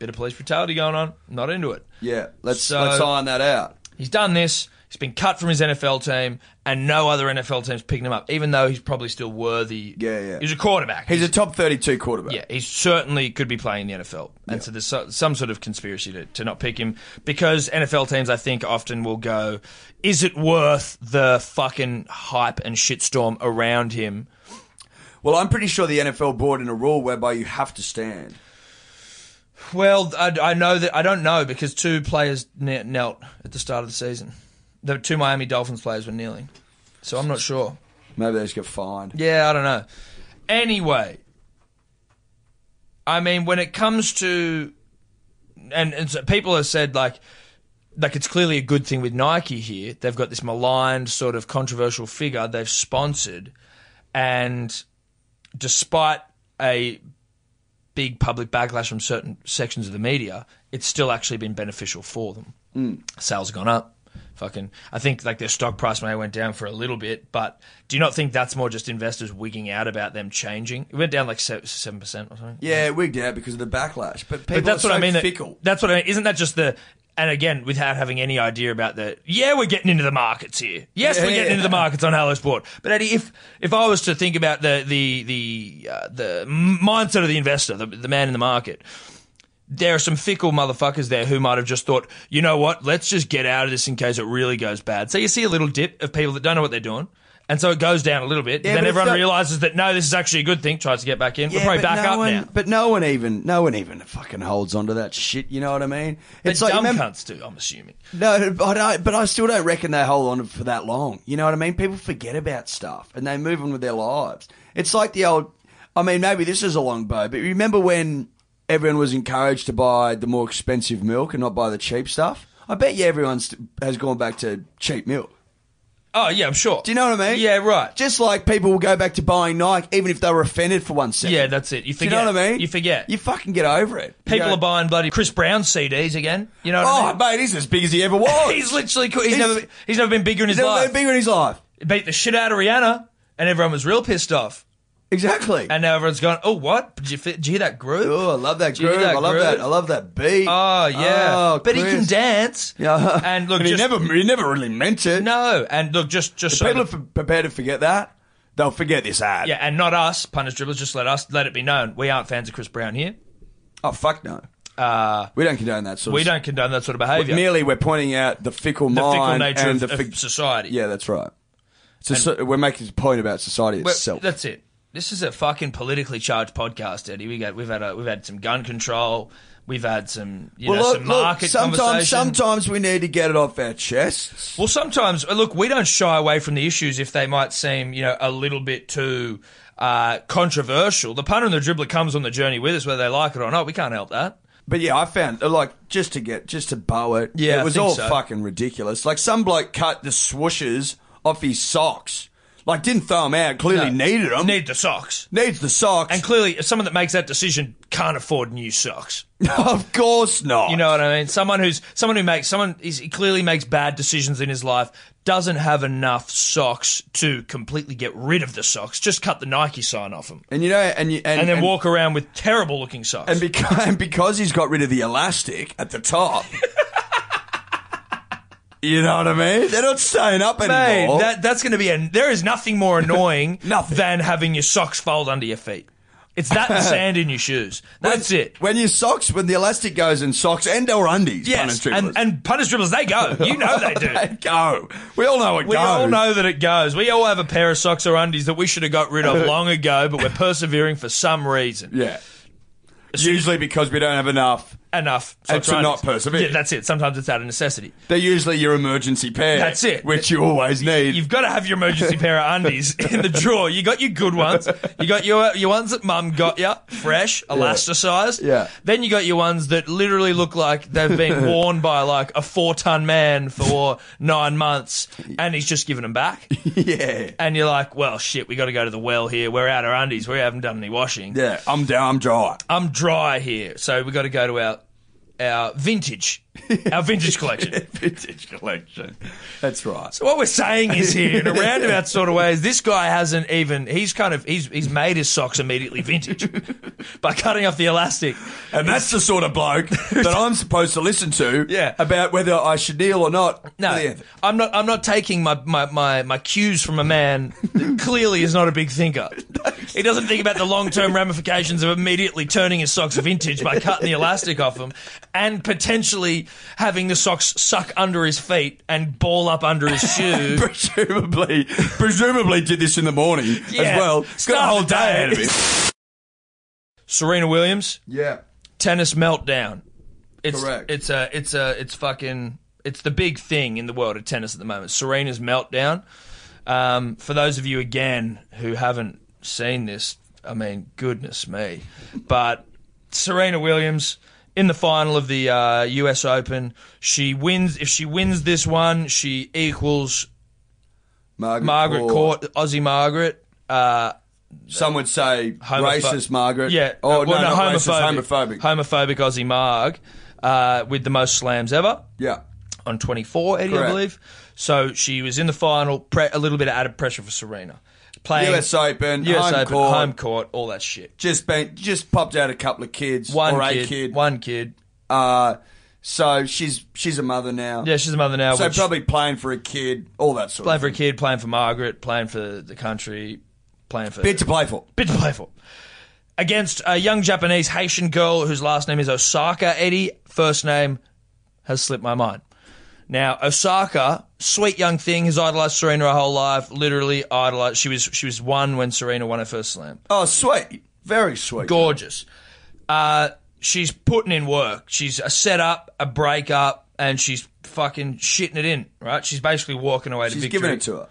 Speaker 2: bit of police brutality going on. Not into it."
Speaker 3: Yeah, let's
Speaker 2: So-
Speaker 3: let's iron that out.
Speaker 2: He's done this. He's been cut from his NFL team, and no other NFL team's picking him up, even though he's probably still worthy.
Speaker 3: Yeah, yeah.
Speaker 2: He's a quarterback.
Speaker 3: He's a top thirty-two quarterback.
Speaker 2: Yeah, he certainly could be playing in the NFL. And so there's so, some sort of conspiracy to, to not pick him because NFL teams, I think, often will go, is it worth the fucking hype and shitstorm around him?
Speaker 3: Well, I'm pretty sure the NFL brought in a rule whereby you have to stand.
Speaker 2: Well, I, I know that I don't know because two players kne- knelt at the start of the season. The two Miami Dolphins players were kneeling. So I'm not sure.
Speaker 3: Maybe they just get fined.
Speaker 2: Yeah, I don't know. Anyway, I mean, when it comes to, and, and so people have said like, like it's clearly a good thing with Nike here. They've got this maligned sort of controversial figure they've sponsored, and despite a big public backlash from certain sections of the media, it's still actually been beneficial for them. Sales have gone up. Fucking, I think like their stock price may have went down for a little bit, but do you not think that's more just investors wigging out about them changing? It went down like seven percent or something.
Speaker 3: Yeah, it wigged out because of the backlash. But people
Speaker 2: But that's
Speaker 3: are
Speaker 2: what I
Speaker 3: so
Speaker 2: mean. that-
Speaker 3: fickle.
Speaker 2: that's what I mean. Isn't that just the? And again, without having any idea about the, yeah, we're getting into the markets here. Yes, we're
Speaker 3: Yeah.
Speaker 2: getting into the markets on Hello Sport. But Eddie, if if I was to think about the the the uh, the mindset of the investor, the, the man in the market, there are some fickle motherfuckers there who might have just thought, you know what, let's just get out of this in case it really goes bad. So you see a little dip of people that don't know what they're doing. And so it goes down a little bit. and
Speaker 3: Yeah,
Speaker 2: then
Speaker 3: but it's
Speaker 2: everyone
Speaker 3: not-
Speaker 2: realizes that, no, this is actually a good thing, tries to get back in. we're probably
Speaker 3: but
Speaker 2: back
Speaker 3: no
Speaker 2: up
Speaker 3: one,
Speaker 2: now.
Speaker 3: But no one even, no one even fucking holds onto that shit. You know what I mean?
Speaker 2: It's dumb
Speaker 3: remember-
Speaker 2: cunts do, I'm assuming.
Speaker 3: no, but I, but I still don't reckon they hold on for that long. You know what I mean? People forget about stuff and they move on with their lives. It's like the old. I mean, maybe this is a long bow, but remember when everyone was encouraged to buy the more expensive milk and not buy the cheap stuff? I bet you everyone st- has gone back to cheap milk.
Speaker 2: Oh yeah, I'm sure.
Speaker 3: Do you know what I mean?
Speaker 2: Yeah, right.
Speaker 3: Just like people will go back to buying Nike even if they were offended for one second.
Speaker 2: yeah, that's it. You
Speaker 3: Do you
Speaker 2: forget.
Speaker 3: know what I mean?
Speaker 2: You forget.
Speaker 3: You fucking get over it. You
Speaker 2: People
Speaker 3: go,
Speaker 2: are buying bloody Chris Brown CDs again. You know what I
Speaker 3: Oh,
Speaker 2: mean?
Speaker 3: mate, he's as big as he ever was.
Speaker 2: He's literally cool. He's,
Speaker 3: He's-
Speaker 2: never he's never been bigger in his
Speaker 3: He's never
Speaker 2: life.
Speaker 3: been bigger in his life.
Speaker 2: Beat the shit out of Rihanna, and everyone was real pissed off.
Speaker 3: Exactly.
Speaker 2: And now everyone's gone. Oh, what? Did you, fi- did you hear that groove?
Speaker 3: oh, I love that
Speaker 2: Do you
Speaker 3: groove.
Speaker 2: hear that
Speaker 3: I love
Speaker 2: groove?
Speaker 3: that. I love that beat.
Speaker 2: Oh yeah,
Speaker 3: Oh,
Speaker 2: but he can
Speaker 3: Chris.
Speaker 2: dance.
Speaker 3: Yeah.
Speaker 2: and look,
Speaker 3: he
Speaker 2: just,
Speaker 3: never, he never really meant it.
Speaker 2: no, and look, just just so
Speaker 3: People
Speaker 2: that-
Speaker 3: are f- prepared to forget that. They'll forget this ad.
Speaker 2: yeah, and not us, punish dribblers. Just let us let it be known we aren't fans of Chris Brown here.
Speaker 3: Oh fuck no.
Speaker 2: Uh,
Speaker 3: We don't condone that sort.
Speaker 2: we
Speaker 3: of
Speaker 2: don't condone that sort of behaviour.
Speaker 3: Merely, we're pointing out the fickle
Speaker 2: the
Speaker 3: mind
Speaker 2: fickle nature
Speaker 3: and
Speaker 2: of,
Speaker 3: the
Speaker 2: of
Speaker 3: fic-
Speaker 2: society.
Speaker 3: Yeah, that's right. So, so- we're making a point about society
Speaker 2: But
Speaker 3: itself.
Speaker 2: That's it. This is a fucking politically charged podcast, Eddie. We got we've had a, we've had some gun control. We've had some you know some market
Speaker 3: sometimes,
Speaker 2: conversation.
Speaker 3: sometimes we need to get it off our chests.
Speaker 2: Well, sometimes uh, look, we don't shy away from the issues if they might seem you know a little bit too uh, controversial. The punter and the dribbler comes on the journey with us, whether they like it or not. We can't help that.
Speaker 3: But yeah, I found like just to get just to bow it.
Speaker 2: Yeah, I
Speaker 3: it was
Speaker 2: think
Speaker 3: all
Speaker 2: so.
Speaker 3: fucking ridiculous. Like some bloke cut the swooshes off his socks. Like didn't throw them out. Clearly
Speaker 2: No.
Speaker 3: needed them.
Speaker 2: Need the socks,
Speaker 3: Needs the socks.
Speaker 2: and clearly someone that makes that decision can't afford new socks.
Speaker 3: of course not.
Speaker 2: You know what I mean? Someone who's someone who makes someone is, he clearly makes bad decisions in his life doesn't have enough socks to completely get rid of the socks. Just cut the Nike sign off them,
Speaker 3: And you know, and you, and,
Speaker 2: and then walk around with terrible looking socks.
Speaker 3: And because, and because he's got rid of the elastic at the top. you know what I mean? They're not staying up
Speaker 2: Mate,
Speaker 3: anymore.
Speaker 2: that, that's going to be a. There is nothing more annoying
Speaker 3: Nothing.
Speaker 2: than having your socks fold under your feet. It's that and sand in your shoes. That's it.
Speaker 3: When your socks, when the elastic goes in socks and or undies,
Speaker 2: Yes,
Speaker 3: pun
Speaker 2: and, and punters dribblers, they go. You know they do.
Speaker 3: They go. We all know it
Speaker 2: We
Speaker 3: goes.
Speaker 2: all know that it goes. We all have a pair of socks or undies that we should have got rid of long ago, but we're persevering for some reason.
Speaker 3: Yeah. Usually because we don't have enough.
Speaker 2: enough
Speaker 3: And
Speaker 2: socks or
Speaker 3: to not
Speaker 2: undies.
Speaker 3: persevere.
Speaker 2: Yeah, that's it. Sometimes it's out of necessity.
Speaker 3: They're usually your emergency pair.
Speaker 2: That's it.
Speaker 3: Which you always need.
Speaker 2: You've got to have your emergency pair of undies in the drawer. You got your good ones. You got your your ones that mum got you, fresh, elasticized.
Speaker 3: Yeah.
Speaker 2: Then you got your ones that literally look like they've been worn by like a four ton man for nine months, and he's just given them back.
Speaker 3: yeah.
Speaker 2: And you're like, well, shit, we got to go to the well here. We're out of undies. We haven't done any washing.
Speaker 3: Yeah. I'm down. I'm dry.
Speaker 2: I'm dry here, so we got to go to our our vintage, our vintage collection.
Speaker 3: Vintage collection. That's right.
Speaker 2: So what we're saying is here, in a roundabout sort of way, is this guy hasn't even he's kind of he's he's made his socks immediately vintage by cutting off the elastic.
Speaker 3: And that's the sort of bloke that I'm supposed to listen to
Speaker 2: Yeah.
Speaker 3: about whether I should kneel or not.
Speaker 2: No,
Speaker 3: for the anthem.
Speaker 2: I'm not. I'm not taking my, my, my, my cues from a man that clearly is not a big thinker. He doesn't think about the long term ramifications of immediately turning his socks vintage by cutting the elastic off them, and potentially having the socks suck under his feet and ball up under his shoe.
Speaker 3: Presumably, presumably did this in the morning
Speaker 2: Yeah.
Speaker 3: as well.
Speaker 2: Start
Speaker 3: Got a whole
Speaker 2: the
Speaker 3: day
Speaker 2: day.
Speaker 3: out of it.
Speaker 2: Serena Williams,
Speaker 3: Yeah.
Speaker 2: tennis meltdown. It's
Speaker 3: Correct.
Speaker 2: it's a it's a it's fucking it's the big thing in the world of tennis at the moment. Serena's meltdown. Um, for those of you again who haven't seen this, I mean, goodness me. But Serena Williams in the final of the uh, U.S. Open, she wins. If she wins this one, she equals
Speaker 3: Margaret,
Speaker 2: Margaret
Speaker 3: Court.
Speaker 2: Court, Aussie Margaret. Uh,
Speaker 3: Some would say
Speaker 2: homopho-
Speaker 3: racist Margaret.
Speaker 2: Yeah.
Speaker 3: Oh,
Speaker 2: Uh,
Speaker 3: no,
Speaker 2: well,
Speaker 3: not
Speaker 2: homophobic.
Speaker 3: Racist, homophobic.
Speaker 2: Homophobic Aussie Marg uh, with the most slams ever
Speaker 3: yeah.
Speaker 2: on 24, Eddie, I
Speaker 3: Correct.
Speaker 2: believe. So she was in the final, pre- a little bit of added pressure for Serena. Playing
Speaker 3: US Open,
Speaker 2: US
Speaker 3: home
Speaker 2: Open,
Speaker 3: court.
Speaker 2: home court, all that shit.
Speaker 3: Just been, just popped out a couple of kids
Speaker 2: One
Speaker 3: or
Speaker 2: kid,
Speaker 3: a kid.
Speaker 2: One kid.
Speaker 3: Uh, so she's she's a mother now.
Speaker 2: Yeah, she's a mother now.
Speaker 3: so
Speaker 2: which-
Speaker 3: probably playing for a kid, all that sort
Speaker 2: playing
Speaker 3: of
Speaker 2: for a kid, playing for Margaret, playing for the country, playing for.
Speaker 3: bit to play for.
Speaker 2: bit to play for. Against a young Japanese Haitian girl whose last name is Osaka Eddie. First name has slipped my mind. Now Osaka, sweet young thing, has idolized Serena her whole life. Literally idolized. She was she was one when Serena won her first slam.
Speaker 3: Oh, sweet, very sweet.
Speaker 2: Gorgeous. Uh, she's putting in work. She's a setup, a break up, and she's fucking shitting it in. Right? She's basically walking away to
Speaker 3: She's
Speaker 2: victory.
Speaker 3: giving it to her.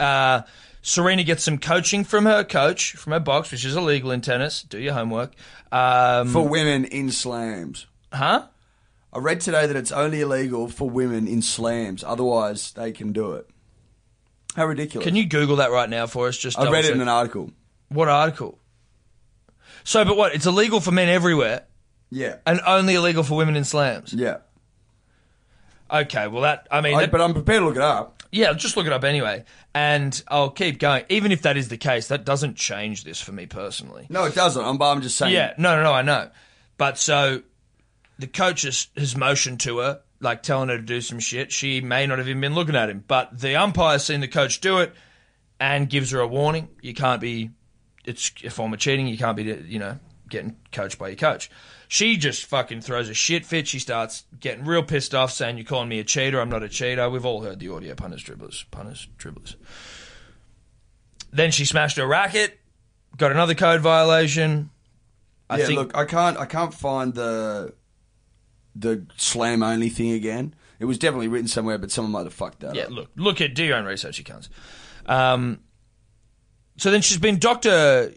Speaker 2: Uh, Serena gets some coaching from her coach, from her box, which is illegal in tennis. Do your homework. Um,
Speaker 3: for women in slams.
Speaker 2: huh?
Speaker 3: I read today that it's only illegal for women in slams. Otherwise, they can do it. How ridiculous.
Speaker 2: Can you Google that right now for us? Just
Speaker 3: I read it in
Speaker 2: double
Speaker 3: an
Speaker 2: check?
Speaker 3: article.
Speaker 2: what article? So, but what? It's illegal for men everywhere,
Speaker 3: Yeah.
Speaker 2: and only illegal for women in slams.
Speaker 3: Yeah.
Speaker 2: Okay, well that I mean,
Speaker 3: I,
Speaker 2: that-
Speaker 3: but I'm prepared to look it up.
Speaker 2: yeah, just look it up anyway, and I'll keep going. Even if that is the case, that doesn't change this for me personally.
Speaker 3: No, it doesn't. I'm, but I'm just saying.
Speaker 2: Yeah, no, no, no, I know. But so the coach has, has motioned to her, like telling her to do some shit. She may not have even been looking at him, but the umpire's seen the coach do it and gives her a warning. You can't be, it's a form of cheating. You can't be, you know, getting coached by your coach. She just fucking throws a shit fit. She starts getting real pissed off, saying, You're calling me a cheater. I'm not a cheater. We've all heard the audio punters, dribblers, punters, dribblers. Then she smashed her racket, got another code violation. I
Speaker 3: yeah,
Speaker 2: think
Speaker 3: look, I can't I can't find the the slam only thing again. It was definitely written somewhere, but someone might have fucked that
Speaker 2: Yeah,
Speaker 3: up.
Speaker 2: look, look at do your own research, you cunts. Um, so then she's been doctor.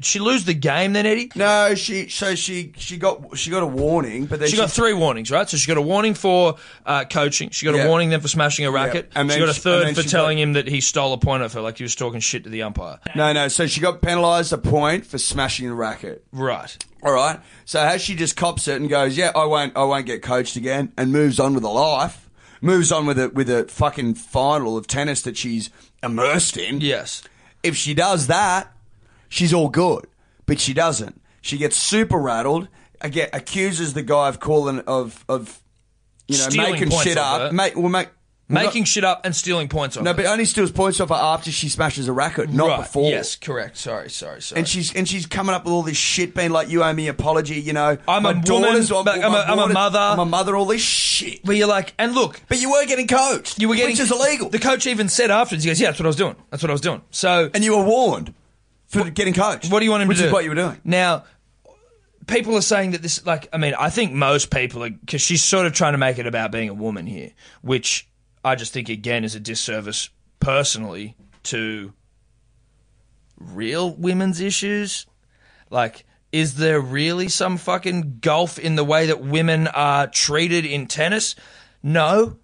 Speaker 2: She lose the game then, Eddie.
Speaker 3: No, she so she she got she got a warning, but then
Speaker 2: She got three warnings, right? So she got a warning for uh, coaching. She got
Speaker 3: Yeah.
Speaker 2: a warning then for smashing a racket.
Speaker 3: And
Speaker 2: she
Speaker 3: then
Speaker 2: got a
Speaker 3: she-
Speaker 2: third
Speaker 3: and then
Speaker 2: for
Speaker 3: she
Speaker 2: telling him that he stole a point off her, like he was talking shit to the umpire.
Speaker 3: no, no. So she got penalised a point for smashing the racket.
Speaker 2: Right.
Speaker 3: All right. So how she just cops it and goes, "Yeah, I won't, I won't get coached again," and moves on with her life, moves on with a with a fucking final of tennis that she's immersed in.
Speaker 2: Yes.
Speaker 3: If she does that, she's all good. But she doesn't. She gets super rattled. Again, accuses the guy of calling of of you know
Speaker 2: Stealing
Speaker 3: making
Speaker 2: points
Speaker 3: shit
Speaker 2: off
Speaker 3: up.
Speaker 2: her.
Speaker 3: Make well make
Speaker 2: Making shit up and stealing points off.
Speaker 3: no,
Speaker 2: her.
Speaker 3: but only steals points off her after she smashes a racket, not
Speaker 2: right.
Speaker 3: before.
Speaker 2: Yes, correct. Sorry, sorry, sorry.
Speaker 3: And she's and she's coming up with all this shit, being like, "You owe me apology," you know.
Speaker 2: I'm a
Speaker 3: my daughters,
Speaker 2: woman, like, I'm a- I'm a
Speaker 3: daughter-
Speaker 2: mother.
Speaker 3: I'm a mother. All this shit.
Speaker 2: but you're like, and look,
Speaker 3: But you were getting coached.
Speaker 2: you were getting
Speaker 3: which is illegal.
Speaker 2: The coach even said afterwards, he goes, "Yeah, that's what I was doing. That's what I was doing." So
Speaker 3: and you were warned for getting coached.
Speaker 2: What do you want him
Speaker 3: which
Speaker 2: to do?
Speaker 3: Which is what you were doing.
Speaker 2: Now, people are saying that this, like, I mean, I think most people are, because she's sort of trying to make it about being a woman here, which I just think, again, is a disservice personally to real women's issues. Like, is there really some fucking gulf in the way that women are treated in tennis? No.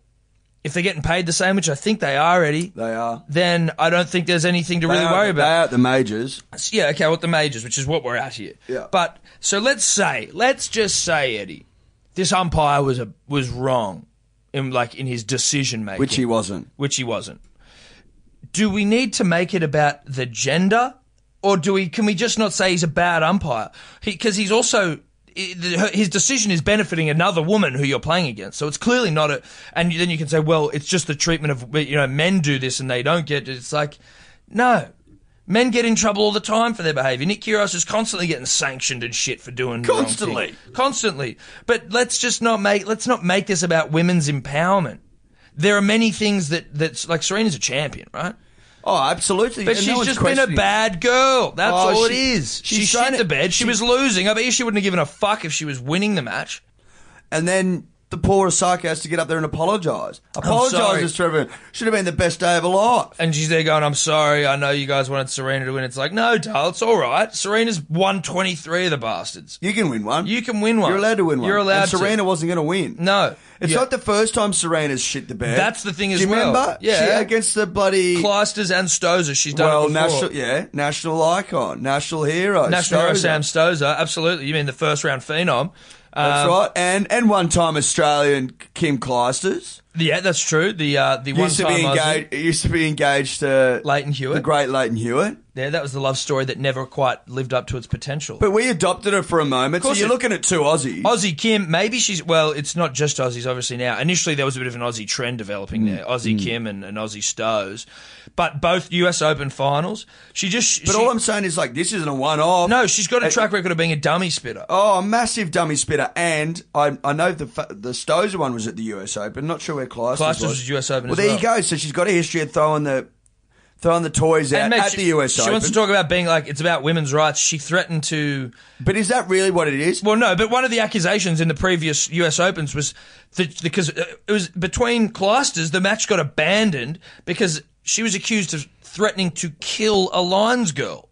Speaker 2: If they're getting paid the same, which I think they are, Eddie,
Speaker 3: They are.
Speaker 2: then I don't think there's anything to really
Speaker 3: they are,
Speaker 2: worry about.
Speaker 3: They are at the majors.
Speaker 2: So, Yeah, okay, with the majors, which is what we're at here.
Speaker 3: Yeah.
Speaker 2: But so let's say, let's just say, Eddie, this umpire was a was wrong in like in his decision making,
Speaker 3: Which he wasn't.
Speaker 2: which he wasn't. Do we need to make it about the gender, or do we? Can we just not say he's a bad umpire? Because he's also i- the- her- his decision is benefiting another woman who you're playing against, so it's clearly not a. And then you can say, well, it's just the treatment of you know men do this and they don't get it. It's like, no. Men get in trouble all the time for their behaviour. Nick Kyrgios is constantly getting sanctioned and shit for doing the wrong thing.
Speaker 3: Constantly.
Speaker 2: constantly. But let's just not make let's not make this about women's empowerment there are many things that that's like Serena's a champion, right?
Speaker 3: Oh, absolutely.
Speaker 2: But
Speaker 3: And no
Speaker 2: she's
Speaker 3: one's
Speaker 2: just been a
Speaker 3: questioning.
Speaker 2: bad girl. That's
Speaker 3: Oh,
Speaker 2: all
Speaker 3: she-
Speaker 2: it is.
Speaker 3: she's
Speaker 2: She
Speaker 3: shown
Speaker 2: shit the
Speaker 3: it-
Speaker 2: bed. She,
Speaker 3: she-
Speaker 2: was losing. I bet you she wouldn't have given a fuck if she was winning the match.
Speaker 3: And then the poor Osaka has to get up there and apologise. Apologises to everyone. Should have been the best day of her life.
Speaker 2: And she's there going, "I'm sorry. I know you guys wanted Serena to win." It's like, no, Dale, it's all right. Serena's won 23 of the bastards.
Speaker 3: You can win one.
Speaker 2: You can win one.
Speaker 3: You're allowed to win one.
Speaker 2: You're allowed
Speaker 3: And Serena
Speaker 2: to.
Speaker 3: wasn't going to win.
Speaker 2: No,
Speaker 3: It's
Speaker 2: Yeah.
Speaker 3: not the first time Serena's shit the bed.
Speaker 2: That's the thing as
Speaker 3: Do you
Speaker 2: well.
Speaker 3: remember?
Speaker 2: Yeah.
Speaker 3: She- against the bloody
Speaker 2: Clysters and Stozer. She's done
Speaker 3: well
Speaker 2: it before.
Speaker 3: national yeah national icon, national hero,
Speaker 2: National hero
Speaker 3: Stoza.
Speaker 2: Sam Stozer. Absolutely. You mean the first round phenom?
Speaker 3: That's
Speaker 2: Um,
Speaker 3: right. And and one time Australian Kim Clijsters
Speaker 2: Yeah, that's true. The uh, the one
Speaker 3: used to
Speaker 2: time
Speaker 3: be
Speaker 2: Aussie.
Speaker 3: engaged. Used to be engaged to
Speaker 2: Leighton Hewitt.
Speaker 3: the great Leighton Hewitt.
Speaker 2: Yeah, that was the love story that never quite lived up to its potential.
Speaker 3: But we adopted her for a moment. So
Speaker 2: course Oh,
Speaker 3: you're
Speaker 2: it-
Speaker 3: looking at two Aussies.
Speaker 2: Aussie Kim, maybe she's well. It's not just Aussies, obviously. Now, initially there was a bit of an Aussie trend developing
Speaker 3: Mm,
Speaker 2: there: Aussie Kim and, and Aussie Stows, but both U.S. Open finals. She just,
Speaker 3: but
Speaker 2: she-
Speaker 3: all I'm saying is like this isn't a one-off.
Speaker 2: no, she's got a track record of being a dummy spitter.
Speaker 3: Oh, a massive dummy spitter, and I, I know the fa- the Stozer one was at the US Open. Not sure where Clijsters
Speaker 2: Clijsters
Speaker 3: was.
Speaker 2: was US Open
Speaker 3: Well,
Speaker 2: as
Speaker 3: there you
Speaker 2: well.
Speaker 3: go. So she's got a history of throwing the throwing the toys out
Speaker 2: And, mate,
Speaker 3: at
Speaker 2: she,
Speaker 3: the US
Speaker 2: she
Speaker 3: Open.
Speaker 2: wants to talk about being like it's about women's rights. She threatened to
Speaker 3: but is that really what it is?
Speaker 2: Well, no, but one of the accusations in the previous U.S. Opens was that because uh, it was between Clijsters, the match got abandoned because she was accused of threatening to kill a Lions girl.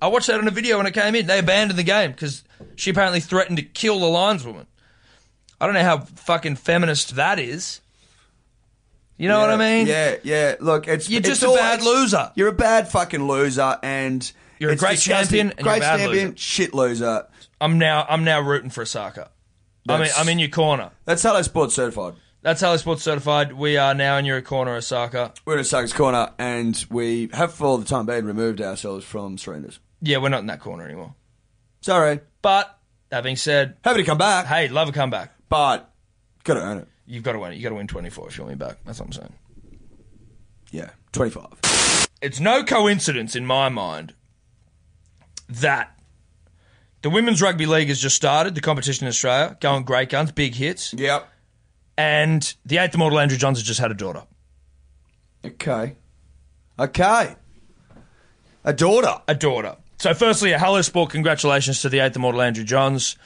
Speaker 2: I watched that on a video when it came in. They abandoned the game because she apparently threatened to kill the Lions woman. I don't know how fucking feminist that is. You know what I mean?
Speaker 3: Yeah, yeah. Look, it's
Speaker 2: You're
Speaker 3: it's
Speaker 2: just a bad loser.
Speaker 3: You're a bad fucking loser, and
Speaker 2: You're a
Speaker 3: it's
Speaker 2: great
Speaker 3: disgusting.
Speaker 2: champion and you're
Speaker 3: great
Speaker 2: a bad
Speaker 3: champion,
Speaker 2: loser.
Speaker 3: shit loser.
Speaker 2: I'm now I'm now rooting for Osaka. I mean
Speaker 3: That's-
Speaker 2: I'm in your corner.
Speaker 3: That's Hello Sports certified.
Speaker 2: That's Hello Sports certified. We are now in your corner, Osaka.
Speaker 3: We're in Osaka's corner, and we have for the time being removed ourselves from surrenders.
Speaker 2: Yeah, we're not in that corner anymore.
Speaker 3: Sorry,
Speaker 2: But that being said,
Speaker 3: happy to come back,
Speaker 2: hey, love a comeback.
Speaker 3: but gotta earn it.
Speaker 2: You've got to win. it. You got to win 24 if you want me back. That's what I'm saying.
Speaker 3: Yeah, twenty five.
Speaker 2: It's no coincidence in my mind that the women's rugby league has just started. The competition in Australia going great guns, big hits,
Speaker 3: Yep.
Speaker 2: and the eighth immortal Andrew Johns has just had a daughter.
Speaker 3: Okay. Okay. A daughter.
Speaker 2: a daughter. So, firstly, a hello sport. Congratulations to the eighth immortal Andrew Johns.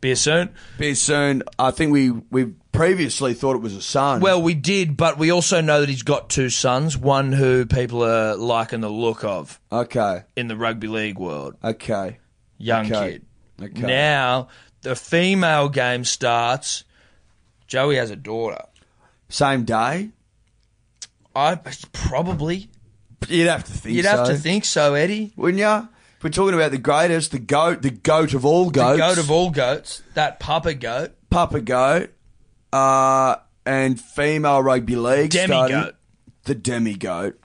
Speaker 2: Be here soon.
Speaker 3: Be soon. I think we we previously thought it was a son.
Speaker 2: Well, we did, but we also know that he's got two sons. One who people are liking the look of
Speaker 3: okay.
Speaker 2: in the rugby league world.
Speaker 3: Okay.
Speaker 2: Young
Speaker 3: Okay.
Speaker 2: kid.
Speaker 3: Okay.
Speaker 2: Now the female game starts. Joey has a daughter.
Speaker 3: Same day.
Speaker 2: I probably
Speaker 3: You'd have to think.
Speaker 2: you'd have
Speaker 3: so,
Speaker 2: to think so, Eddie.
Speaker 3: wouldn't you? If we're talking about the greatest, the goat, the goat of all goats,
Speaker 2: Goat of all goats, that papa goat,
Speaker 3: Papa Goat, uh, and female rugby league
Speaker 2: Demi-goat.
Speaker 3: starting- the demi goat,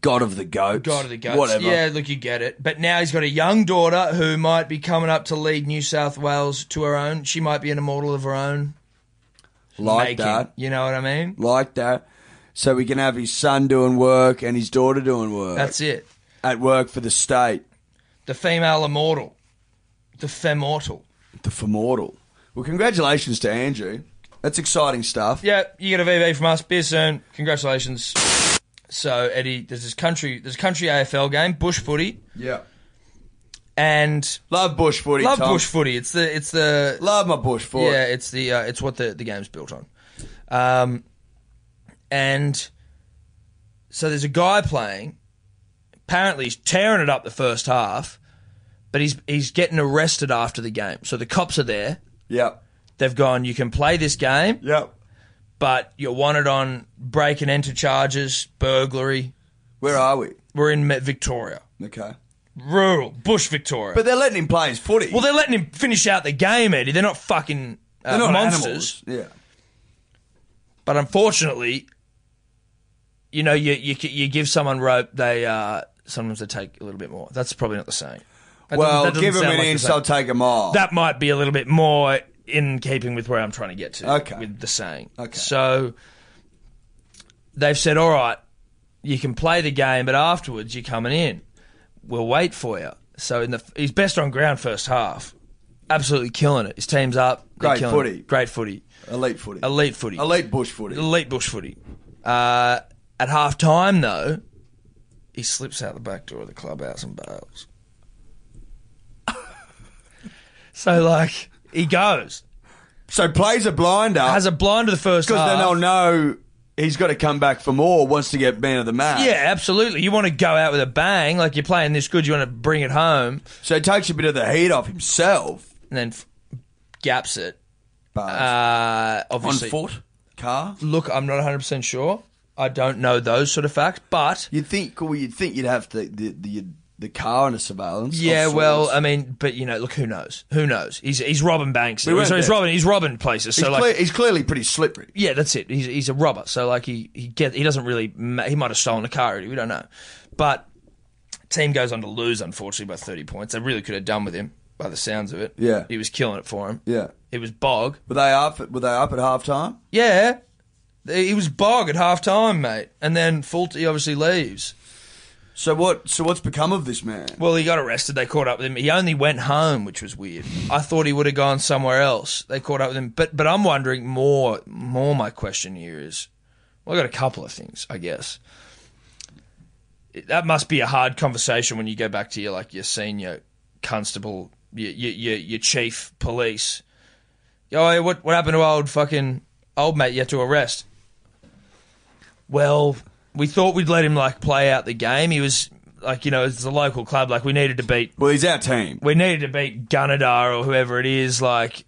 Speaker 3: god of the goats,
Speaker 2: God of the goats.
Speaker 3: whatever.
Speaker 2: Yeah, look, you get it. But now he's got a young daughter who might be coming up to lead New South Wales to her own. She might be an immortal of her own.
Speaker 3: like
Speaker 2: making,
Speaker 3: that,
Speaker 2: You know what I mean?
Speaker 3: like that. So we can have his son doing work and his daughter doing work
Speaker 2: That's it.
Speaker 3: at work for the state,
Speaker 2: The female immortal. The femortal.
Speaker 3: the femortal. Well, congratulations to Andrew. That's exciting stuff.
Speaker 2: Yeah, you get a VV from us. Be here soon. Congratulations. So, Eddie, there's this country there's a country AFL game, bush footy,
Speaker 3: yeah.
Speaker 2: and
Speaker 3: Love bush footy.
Speaker 2: love
Speaker 3: Tom.
Speaker 2: bush footy. It's the it's the
Speaker 3: Love my bush footy.
Speaker 2: Yeah, it's the uh, it's what the the game's built on. Um, and so there's a guy playing. Apparently, he's tearing it up the first half, but he's he's getting arrested after the game. So the cops are there.
Speaker 3: Yep.
Speaker 2: They've gone. You can play this game,
Speaker 3: Yep.
Speaker 2: but you're wanted on break and enter charges, burglary.
Speaker 3: Where are we?
Speaker 2: We're in Me- Victoria,
Speaker 3: Okay.
Speaker 2: rural bush Victoria.
Speaker 3: But they're letting him play his footy.
Speaker 2: well, they're letting him finish out the game, Eddie. They're not fucking uh,
Speaker 3: They're not
Speaker 2: monsters.
Speaker 3: animals. Yeah.
Speaker 2: But unfortunately, you know, you you, you give someone rope, they uh, sometimes they take a little bit more. That's probably not the same. That
Speaker 3: Well,
Speaker 2: doesn't- that doesn't
Speaker 3: give him
Speaker 2: sound
Speaker 3: an
Speaker 2: like the
Speaker 3: inch,
Speaker 2: same.
Speaker 3: I'll take him off.
Speaker 2: That might be a little bit more in keeping with where I'm trying to get to
Speaker 3: Okay.
Speaker 2: with the saying.
Speaker 3: Okay.
Speaker 2: So they've said, all right, you can play the game, but afterwards you're coming in. We'll wait for you. So in the he's best on ground first half, absolutely killing it. His team's up. they're
Speaker 3: Great
Speaker 2: killing it.
Speaker 3: footy.
Speaker 2: Great footy.
Speaker 3: Elite footy.
Speaker 2: Elite footy.
Speaker 3: Elite bush footy.
Speaker 2: Elite bush footy. Uh, at half time, though, he slips out the back door of the clubhouse and bails. so, like, he goes,
Speaker 3: So plays a blinder
Speaker 2: has a blind to the first
Speaker 3: because
Speaker 2: half.
Speaker 3: then they'll know he's got to come back for more. Wants to get man of the match.
Speaker 2: yeah, absolutely. You want to go out with a bang, like you're playing this good, you want to bring it home,
Speaker 3: So he takes a bit of the heat off himself.
Speaker 2: and then f- gaps it.
Speaker 3: But
Speaker 2: Uh,
Speaker 3: on
Speaker 2: obviously,
Speaker 3: foot, car.
Speaker 2: look, I'm not 100% sure. I don't know those sort of facts, but
Speaker 3: You'd think. Well, you'd think you'd have the the the, the car under surveillance. of
Speaker 2: Yeah,
Speaker 3: sorts.
Speaker 2: well, um, I mean, but you know, look, who knows? Who knows? He's he's robbing banks.
Speaker 3: We weren't
Speaker 2: he's, he's
Speaker 3: there.
Speaker 2: robbing. He's robbing places.
Speaker 3: he's,
Speaker 2: So like,
Speaker 3: cle- he's clearly pretty slippery.
Speaker 2: yeah, that's it. He's he's a robber. So like, he he get he doesn't really. Ma- he might have stolen a car. already. We don't know. But team goes on to lose, unfortunately, by thirty points. They really could have done with him by the sounds of it.
Speaker 3: Yeah.
Speaker 2: he was killing it for him.
Speaker 3: Yeah.
Speaker 2: It was bog.
Speaker 3: Were they up? Were they up at half time?
Speaker 2: Yeah, he was bog at half time, mate. And then Fulty obviously leaves.
Speaker 3: So what? So what's become of this man?
Speaker 2: Well, he got arrested. They caught up with him. He only went home, which was weird. I thought he would have gone somewhere else. They caught up with him, but but I'm wondering more. More, my question here is, well, I got a couple of things, I guess. It- That must be a hard conversation when you go back to your like your senior constable, your your your, your chief police. Yo, hey, what what happened to old fucking old mate? You had to arrest. Well, we thought we'd let him like play out the game. He was like, you know, it's the local club. Like we needed to beat,
Speaker 3: Well, he's our team.
Speaker 2: we needed to beat Gunnedah or whoever it is. Like,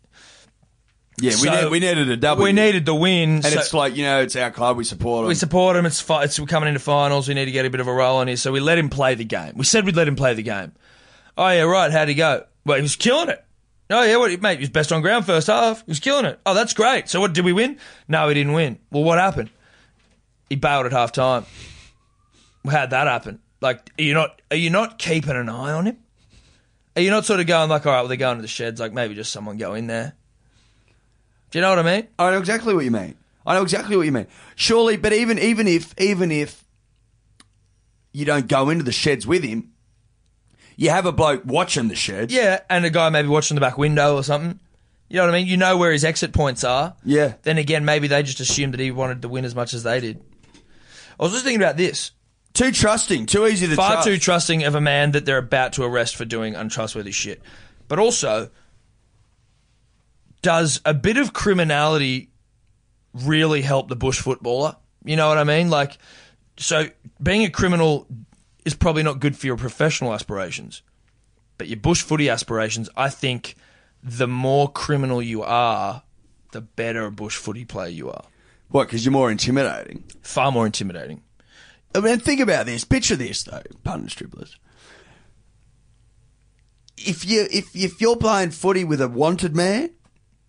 Speaker 3: Yeah, we,
Speaker 2: So-
Speaker 3: need, we needed a double.
Speaker 2: We needed the win.
Speaker 3: and it's like you know, it's our club. We support them.
Speaker 2: we support him. It's, fi- it's we're coming into finals. We need to get a bit of a roll on here. So we let him play the game. We said we'd let him play the game. Oh yeah, right. How'd he go? Well, he was killing it. Oh yeah, what mate? He was best on ground first half. He was killing it. Oh, that's great. So what did we win? No, we didn't win. Well, what happened? He bailed at half time. How'd that happen? Like, are you not are you not keeping an eye on him? Are you not sort of going like, all right, well they're going to the sheds. Like maybe just someone go in there. Do you know what I mean?
Speaker 3: I know exactly what you mean. I know exactly what you mean. Surely, but even even if even if you don't go into the sheds with him, you have a bloke watching the sheds.
Speaker 2: Yeah, and a guy maybe watching the back window or something. You know what I mean? You know where his exit points are.
Speaker 3: Yeah.
Speaker 2: Then again, maybe they just assumed that he wanted to win as much as they did. I was just thinking about this.
Speaker 3: Too trusting, too easy to
Speaker 2: Far
Speaker 3: trust.
Speaker 2: too trusting of a man that they're about to arrest for doing untrustworthy shit. But also, does a bit of criminality really help the bush footballer? You know what I mean? Like, so being a criminal is probably not good for your professional aspirations, but your bush footy aspirations, I think the more criminal you are, the better a bush footy player you are.
Speaker 3: what? Because you're more intimidating.
Speaker 2: Far more intimidating.
Speaker 3: I mean, think about this. Picture this though, pardon dribblers. If you if if you're playing footy with a wanted man,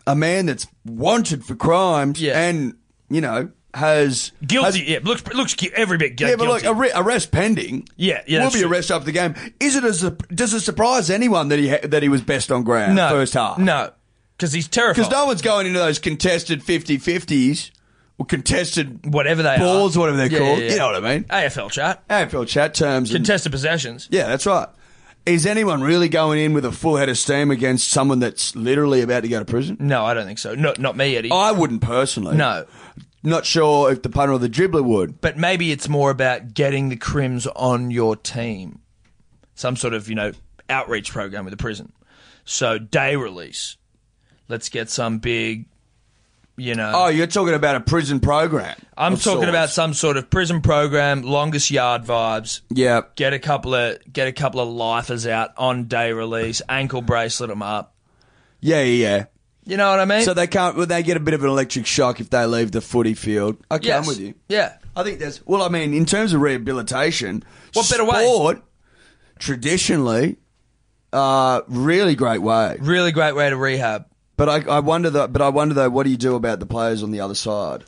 Speaker 3: a man that's wanted for crimes,
Speaker 2: Yeah.
Speaker 3: and you know has
Speaker 2: Guilty, yeah, looks looks gu- every bit gu-
Speaker 3: Yeah,
Speaker 2: guilty.
Speaker 3: but look, arre- arrest pending.
Speaker 2: Yeah, yeah,
Speaker 3: will
Speaker 2: that's
Speaker 3: be
Speaker 2: true.
Speaker 3: arrest after the game. Is it as does it surprise anyone that he ha- that he was best on ground
Speaker 2: no,
Speaker 3: first half?
Speaker 2: No, because he's
Speaker 3: because
Speaker 2: terrified.
Speaker 3: no one's going into those contested 50-50s or contested
Speaker 2: whatever they
Speaker 3: balls,
Speaker 2: are.
Speaker 3: whatever they're
Speaker 2: Yeah,
Speaker 3: called.
Speaker 2: yeah, yeah.
Speaker 3: You know what I mean?
Speaker 2: AFL chat,
Speaker 3: AFL chat terms. and-
Speaker 2: contested possessions.
Speaker 3: yeah, that's right. Is anyone really going in with a full head of steam against someone that's literally about to go to prison?
Speaker 2: No, I don't think so. Not not me, Eddie.
Speaker 3: I wouldn't personally.
Speaker 2: no,
Speaker 3: Not sure if the punter or the dribbler would.
Speaker 2: but maybe it's more about getting the crims on your team, some sort of you know outreach program with the prison. So day release, let's get some big, you know.
Speaker 3: Oh, you're talking about a prison program.
Speaker 2: I'm
Speaker 3: of
Speaker 2: talking
Speaker 3: sorts.
Speaker 2: about some sort of prison program, longest yard vibes.
Speaker 3: Yeah.
Speaker 2: Get a couple of get a couple of lifers out on day release, ankle bracelet them up.
Speaker 3: Yeah, yeah, yeah.
Speaker 2: You know what I mean?
Speaker 3: So they can't. Well, they get a bit of an electric shock if they leave the footy field. Okay,
Speaker 2: Yes.
Speaker 3: I'm with you.
Speaker 2: Yeah.
Speaker 3: I think there's. Well, I mean, in terms of rehabilitation,
Speaker 2: What better way?
Speaker 3: Sport, traditionally, uh, really great way.
Speaker 2: Really great way to rehab.
Speaker 3: But I, I wonder though. But I wonder though, what do you do about the players on the other side?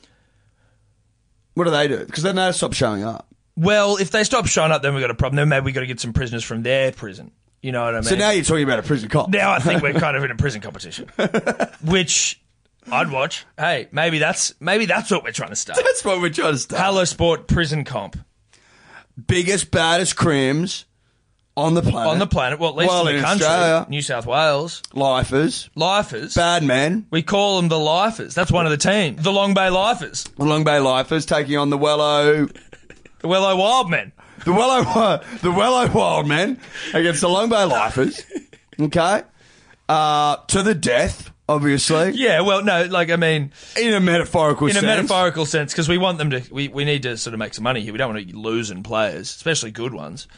Speaker 3: What do they do? Because then they stop showing up.
Speaker 2: Well, if they stop showing up, then we've got a problem. Then maybe we've got to get some prisoners from their prison. You know what I mean?
Speaker 3: So now you're talking about a prison cop.
Speaker 2: now I think we're kind of in a prison competition, which I'd watch. Hey, maybe that's maybe that's what we're trying to start.
Speaker 3: that's what we're trying to start.
Speaker 2: Hello Sport prison comp
Speaker 3: Biggest, baddest crims on the planet.
Speaker 2: on the planet. Well, at least
Speaker 3: Well,
Speaker 2: in the
Speaker 3: in
Speaker 2: country,
Speaker 3: Australia.
Speaker 2: New South Wales
Speaker 3: Lifers,
Speaker 2: lifers.
Speaker 3: bad men.
Speaker 2: we call them the lifers. That's one of the teams, the Long Bay Lifers,
Speaker 3: The Long Bay Lifers taking on the Wello,
Speaker 2: the Willow Wild Men.
Speaker 3: the Wello, the Wello Wild Men against the Long Bay Lifers. Okay, uh, to the death, obviously.
Speaker 2: Yeah, well, no, like I mean,
Speaker 3: In a metaphorical
Speaker 2: in
Speaker 3: sense.
Speaker 2: a metaphorical sense, because we want them to. We, we need to sort of make some money here. We don't want to be losing players, especially good ones.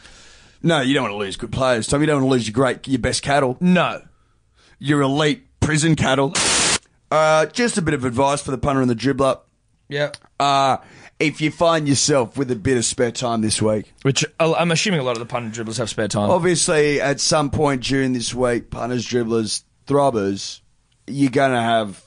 Speaker 3: No, you don't want to lose good players, Tom. You don't want to lose your great, your best cattle,
Speaker 2: No,
Speaker 3: your elite prison cattle. Uh, just a bit of advice for the punter and the dribbler.
Speaker 2: yeah.
Speaker 3: Uh, if you find yourself with a bit of spare time this week,
Speaker 2: Which uh, I'm assuming a lot of the pun dribblers have spare time.
Speaker 3: obviously at some point during this week, punters, dribblers, throbbers, you're going to have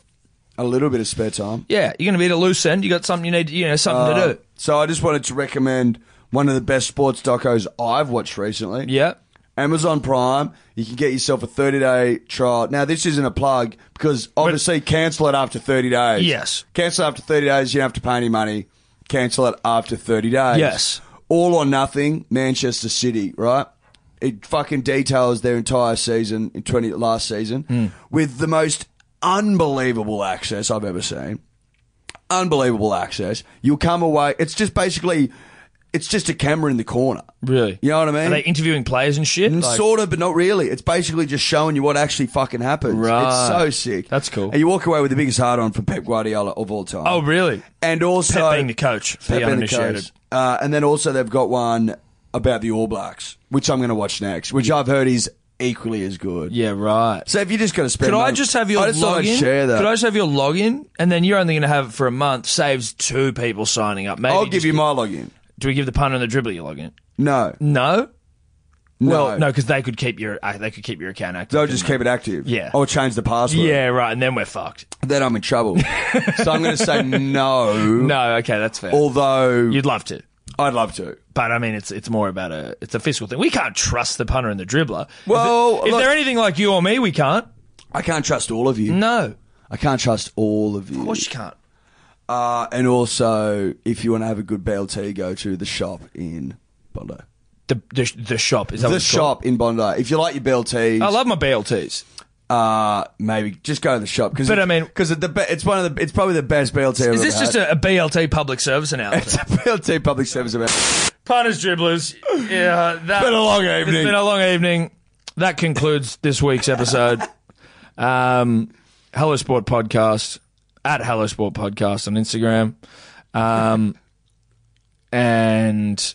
Speaker 3: a little bit of spare time.
Speaker 2: Yeah, you're going to be at a loose end. You got something you need. You know, something
Speaker 3: Uh,
Speaker 2: to do.
Speaker 3: So I just wanted to recommend one of the best sports docos I've watched recently.
Speaker 2: Yeah.
Speaker 3: Amazon Prime, you can get yourself a 30 day trial. Now, this isn't a plug because obviously cancel it after 30 days.
Speaker 2: Yes.
Speaker 3: Cancel after 30 days, you don't have to pay any money. Cancel it after 30 days.
Speaker 2: Yes.
Speaker 3: All or nothing, Manchester City, right? It fucking details their entire season in 20 last season
Speaker 2: Hmm.
Speaker 3: with the most unbelievable access I've ever seen unbelievable access. You'll come away. It's just basically, it's just a camera in the corner.
Speaker 2: Really?
Speaker 3: You know what I
Speaker 2: Are
Speaker 3: mean?
Speaker 2: they
Speaker 3: Mm,
Speaker 2: interviewing players and shit? Like,
Speaker 3: sort of, but not really. It's basically just showing you what actually fucking happens.
Speaker 2: Right.
Speaker 3: It's so sick.
Speaker 2: That's cool.
Speaker 3: And you walk away with the biggest hard on for Pep Guardiola of all time.
Speaker 2: oh, really?
Speaker 3: and also
Speaker 2: Pep being the coach. For
Speaker 3: Pep
Speaker 2: the
Speaker 3: being the
Speaker 2: uninitiated.
Speaker 3: coach. Uh, and then also they've got one about the All Blacks, which I'm going to watch next, which I've heard is equally as good.
Speaker 2: Yeah, right.
Speaker 3: So if you're just going to spend,
Speaker 2: Could I
Speaker 3: money-
Speaker 2: just have your
Speaker 3: I just thought I'd
Speaker 2: login?
Speaker 3: Share that.
Speaker 2: Could I just have your login? And then you're only going to have it for a month. Saves two people signing up. Maybe
Speaker 3: I'll give
Speaker 2: just-
Speaker 3: you my login.
Speaker 2: Do we give the punter and the dribbler your login?
Speaker 3: No,
Speaker 2: No.
Speaker 3: no,
Speaker 2: Well, no, because they could keep your uh, they could keep your account active.
Speaker 3: They'll just
Speaker 2: couldn't
Speaker 3: keep it active.
Speaker 2: Yeah.
Speaker 3: Or change the
Speaker 2: they?
Speaker 3: password.
Speaker 2: Yeah, right. And then we're fucked.
Speaker 3: Then I'm in trouble. so I'm going to say no.
Speaker 2: No, okay, that's fair.
Speaker 3: Although
Speaker 2: You'd love to,
Speaker 3: I'd love to.
Speaker 2: but I mean, it's it's more about a it's a fiscal thing. We can't trust the punter and the dribbler.
Speaker 3: Well,
Speaker 2: if, they- if
Speaker 3: look-
Speaker 2: they're anything like you or me, we can't.
Speaker 3: I can't trust all of you.
Speaker 2: No,
Speaker 3: I can't trust all of you.
Speaker 2: of course you can't.
Speaker 3: Uh, and also, if you want to have a good BLT, go to the shop in Bondi.
Speaker 2: The the, the shop is that what
Speaker 3: The
Speaker 2: it's called?
Speaker 3: shop in Bondi. If you like your BLTs,
Speaker 2: I love my BLTs.
Speaker 3: uh, maybe just go to the shop because
Speaker 2: But I mean-
Speaker 3: because the be- it's one of the it's probably the best BLT. I've
Speaker 2: Is this
Speaker 3: ever
Speaker 2: just
Speaker 3: had.
Speaker 2: a, a BLT public service announcement?
Speaker 3: It's a BLT public service event?
Speaker 2: Punters, dribblers. Yeah, that,
Speaker 3: Been a long evening.
Speaker 2: It's been a long evening. That concludes this week's episode. Um, Hello Sport Podcast at Hello Sport Podcast on Instagram, um, and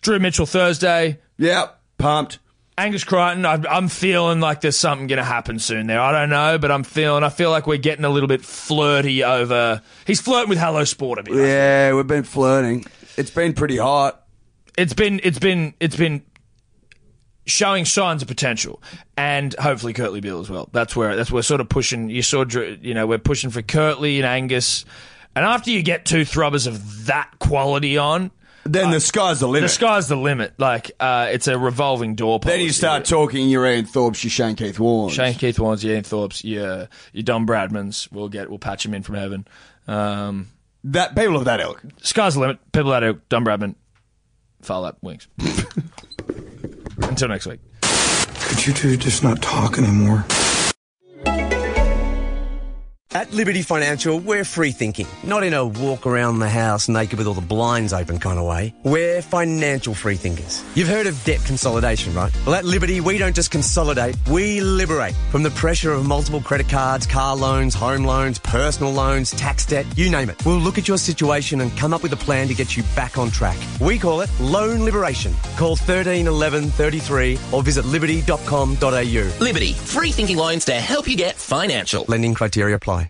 Speaker 2: Drew Mitchell Thursday.
Speaker 3: Yeah, pumped.
Speaker 2: Angus Crichton, I, I'm feeling like there's something going to happen soon there. I don't know, but I'm feeling. I feel like we're getting a little bit flirty over. He's flirting with Hello Sport a bit.
Speaker 3: Yeah, we've been flirting. It's been pretty hot.
Speaker 2: it's been it's been it's been showing signs of potential, and hopefully Curtly Bill as well. That's where that's where sort of pushing. You saw, Dr- you know, we're pushing for Curtly and Angus, and after you get two thrubbers of that quality on,
Speaker 3: Then the sky's the limit.
Speaker 2: the sky's the limit. Like uh, it's a revolving door.
Speaker 3: then you
Speaker 2: policy.
Speaker 3: start talking your Ian Thorpe's, your Shane Keith Warren.
Speaker 2: Shane Keith Warnes, your Ian Thorpes, your your Don Bradmans. We'll get we'll patch him in from heaven. Um,
Speaker 3: That people of that ilk.
Speaker 2: sky's the limit. People out of Don Bradman, file up wings. Until next week.
Speaker 4: Could you two just not talk anymore?
Speaker 5: At Liberty Financial, we're free thinking, not in a walk around the house naked with all the blinds open kind of way. We're financial free thinkers. You've heard of debt consolidation, right? Well, at Liberty, we don't just consolidate, we liberate from the pressure of multiple credit cards, car loans, home loans, personal loans, tax debt, you name it. We'll look at your situation and come up with a plan to get you back on track. We call it loan liberation. Call 13 11 33 or visit liberty.com.au.
Speaker 6: Liberty, free thinking lines to help you get financial.
Speaker 5: Lending criteria apply.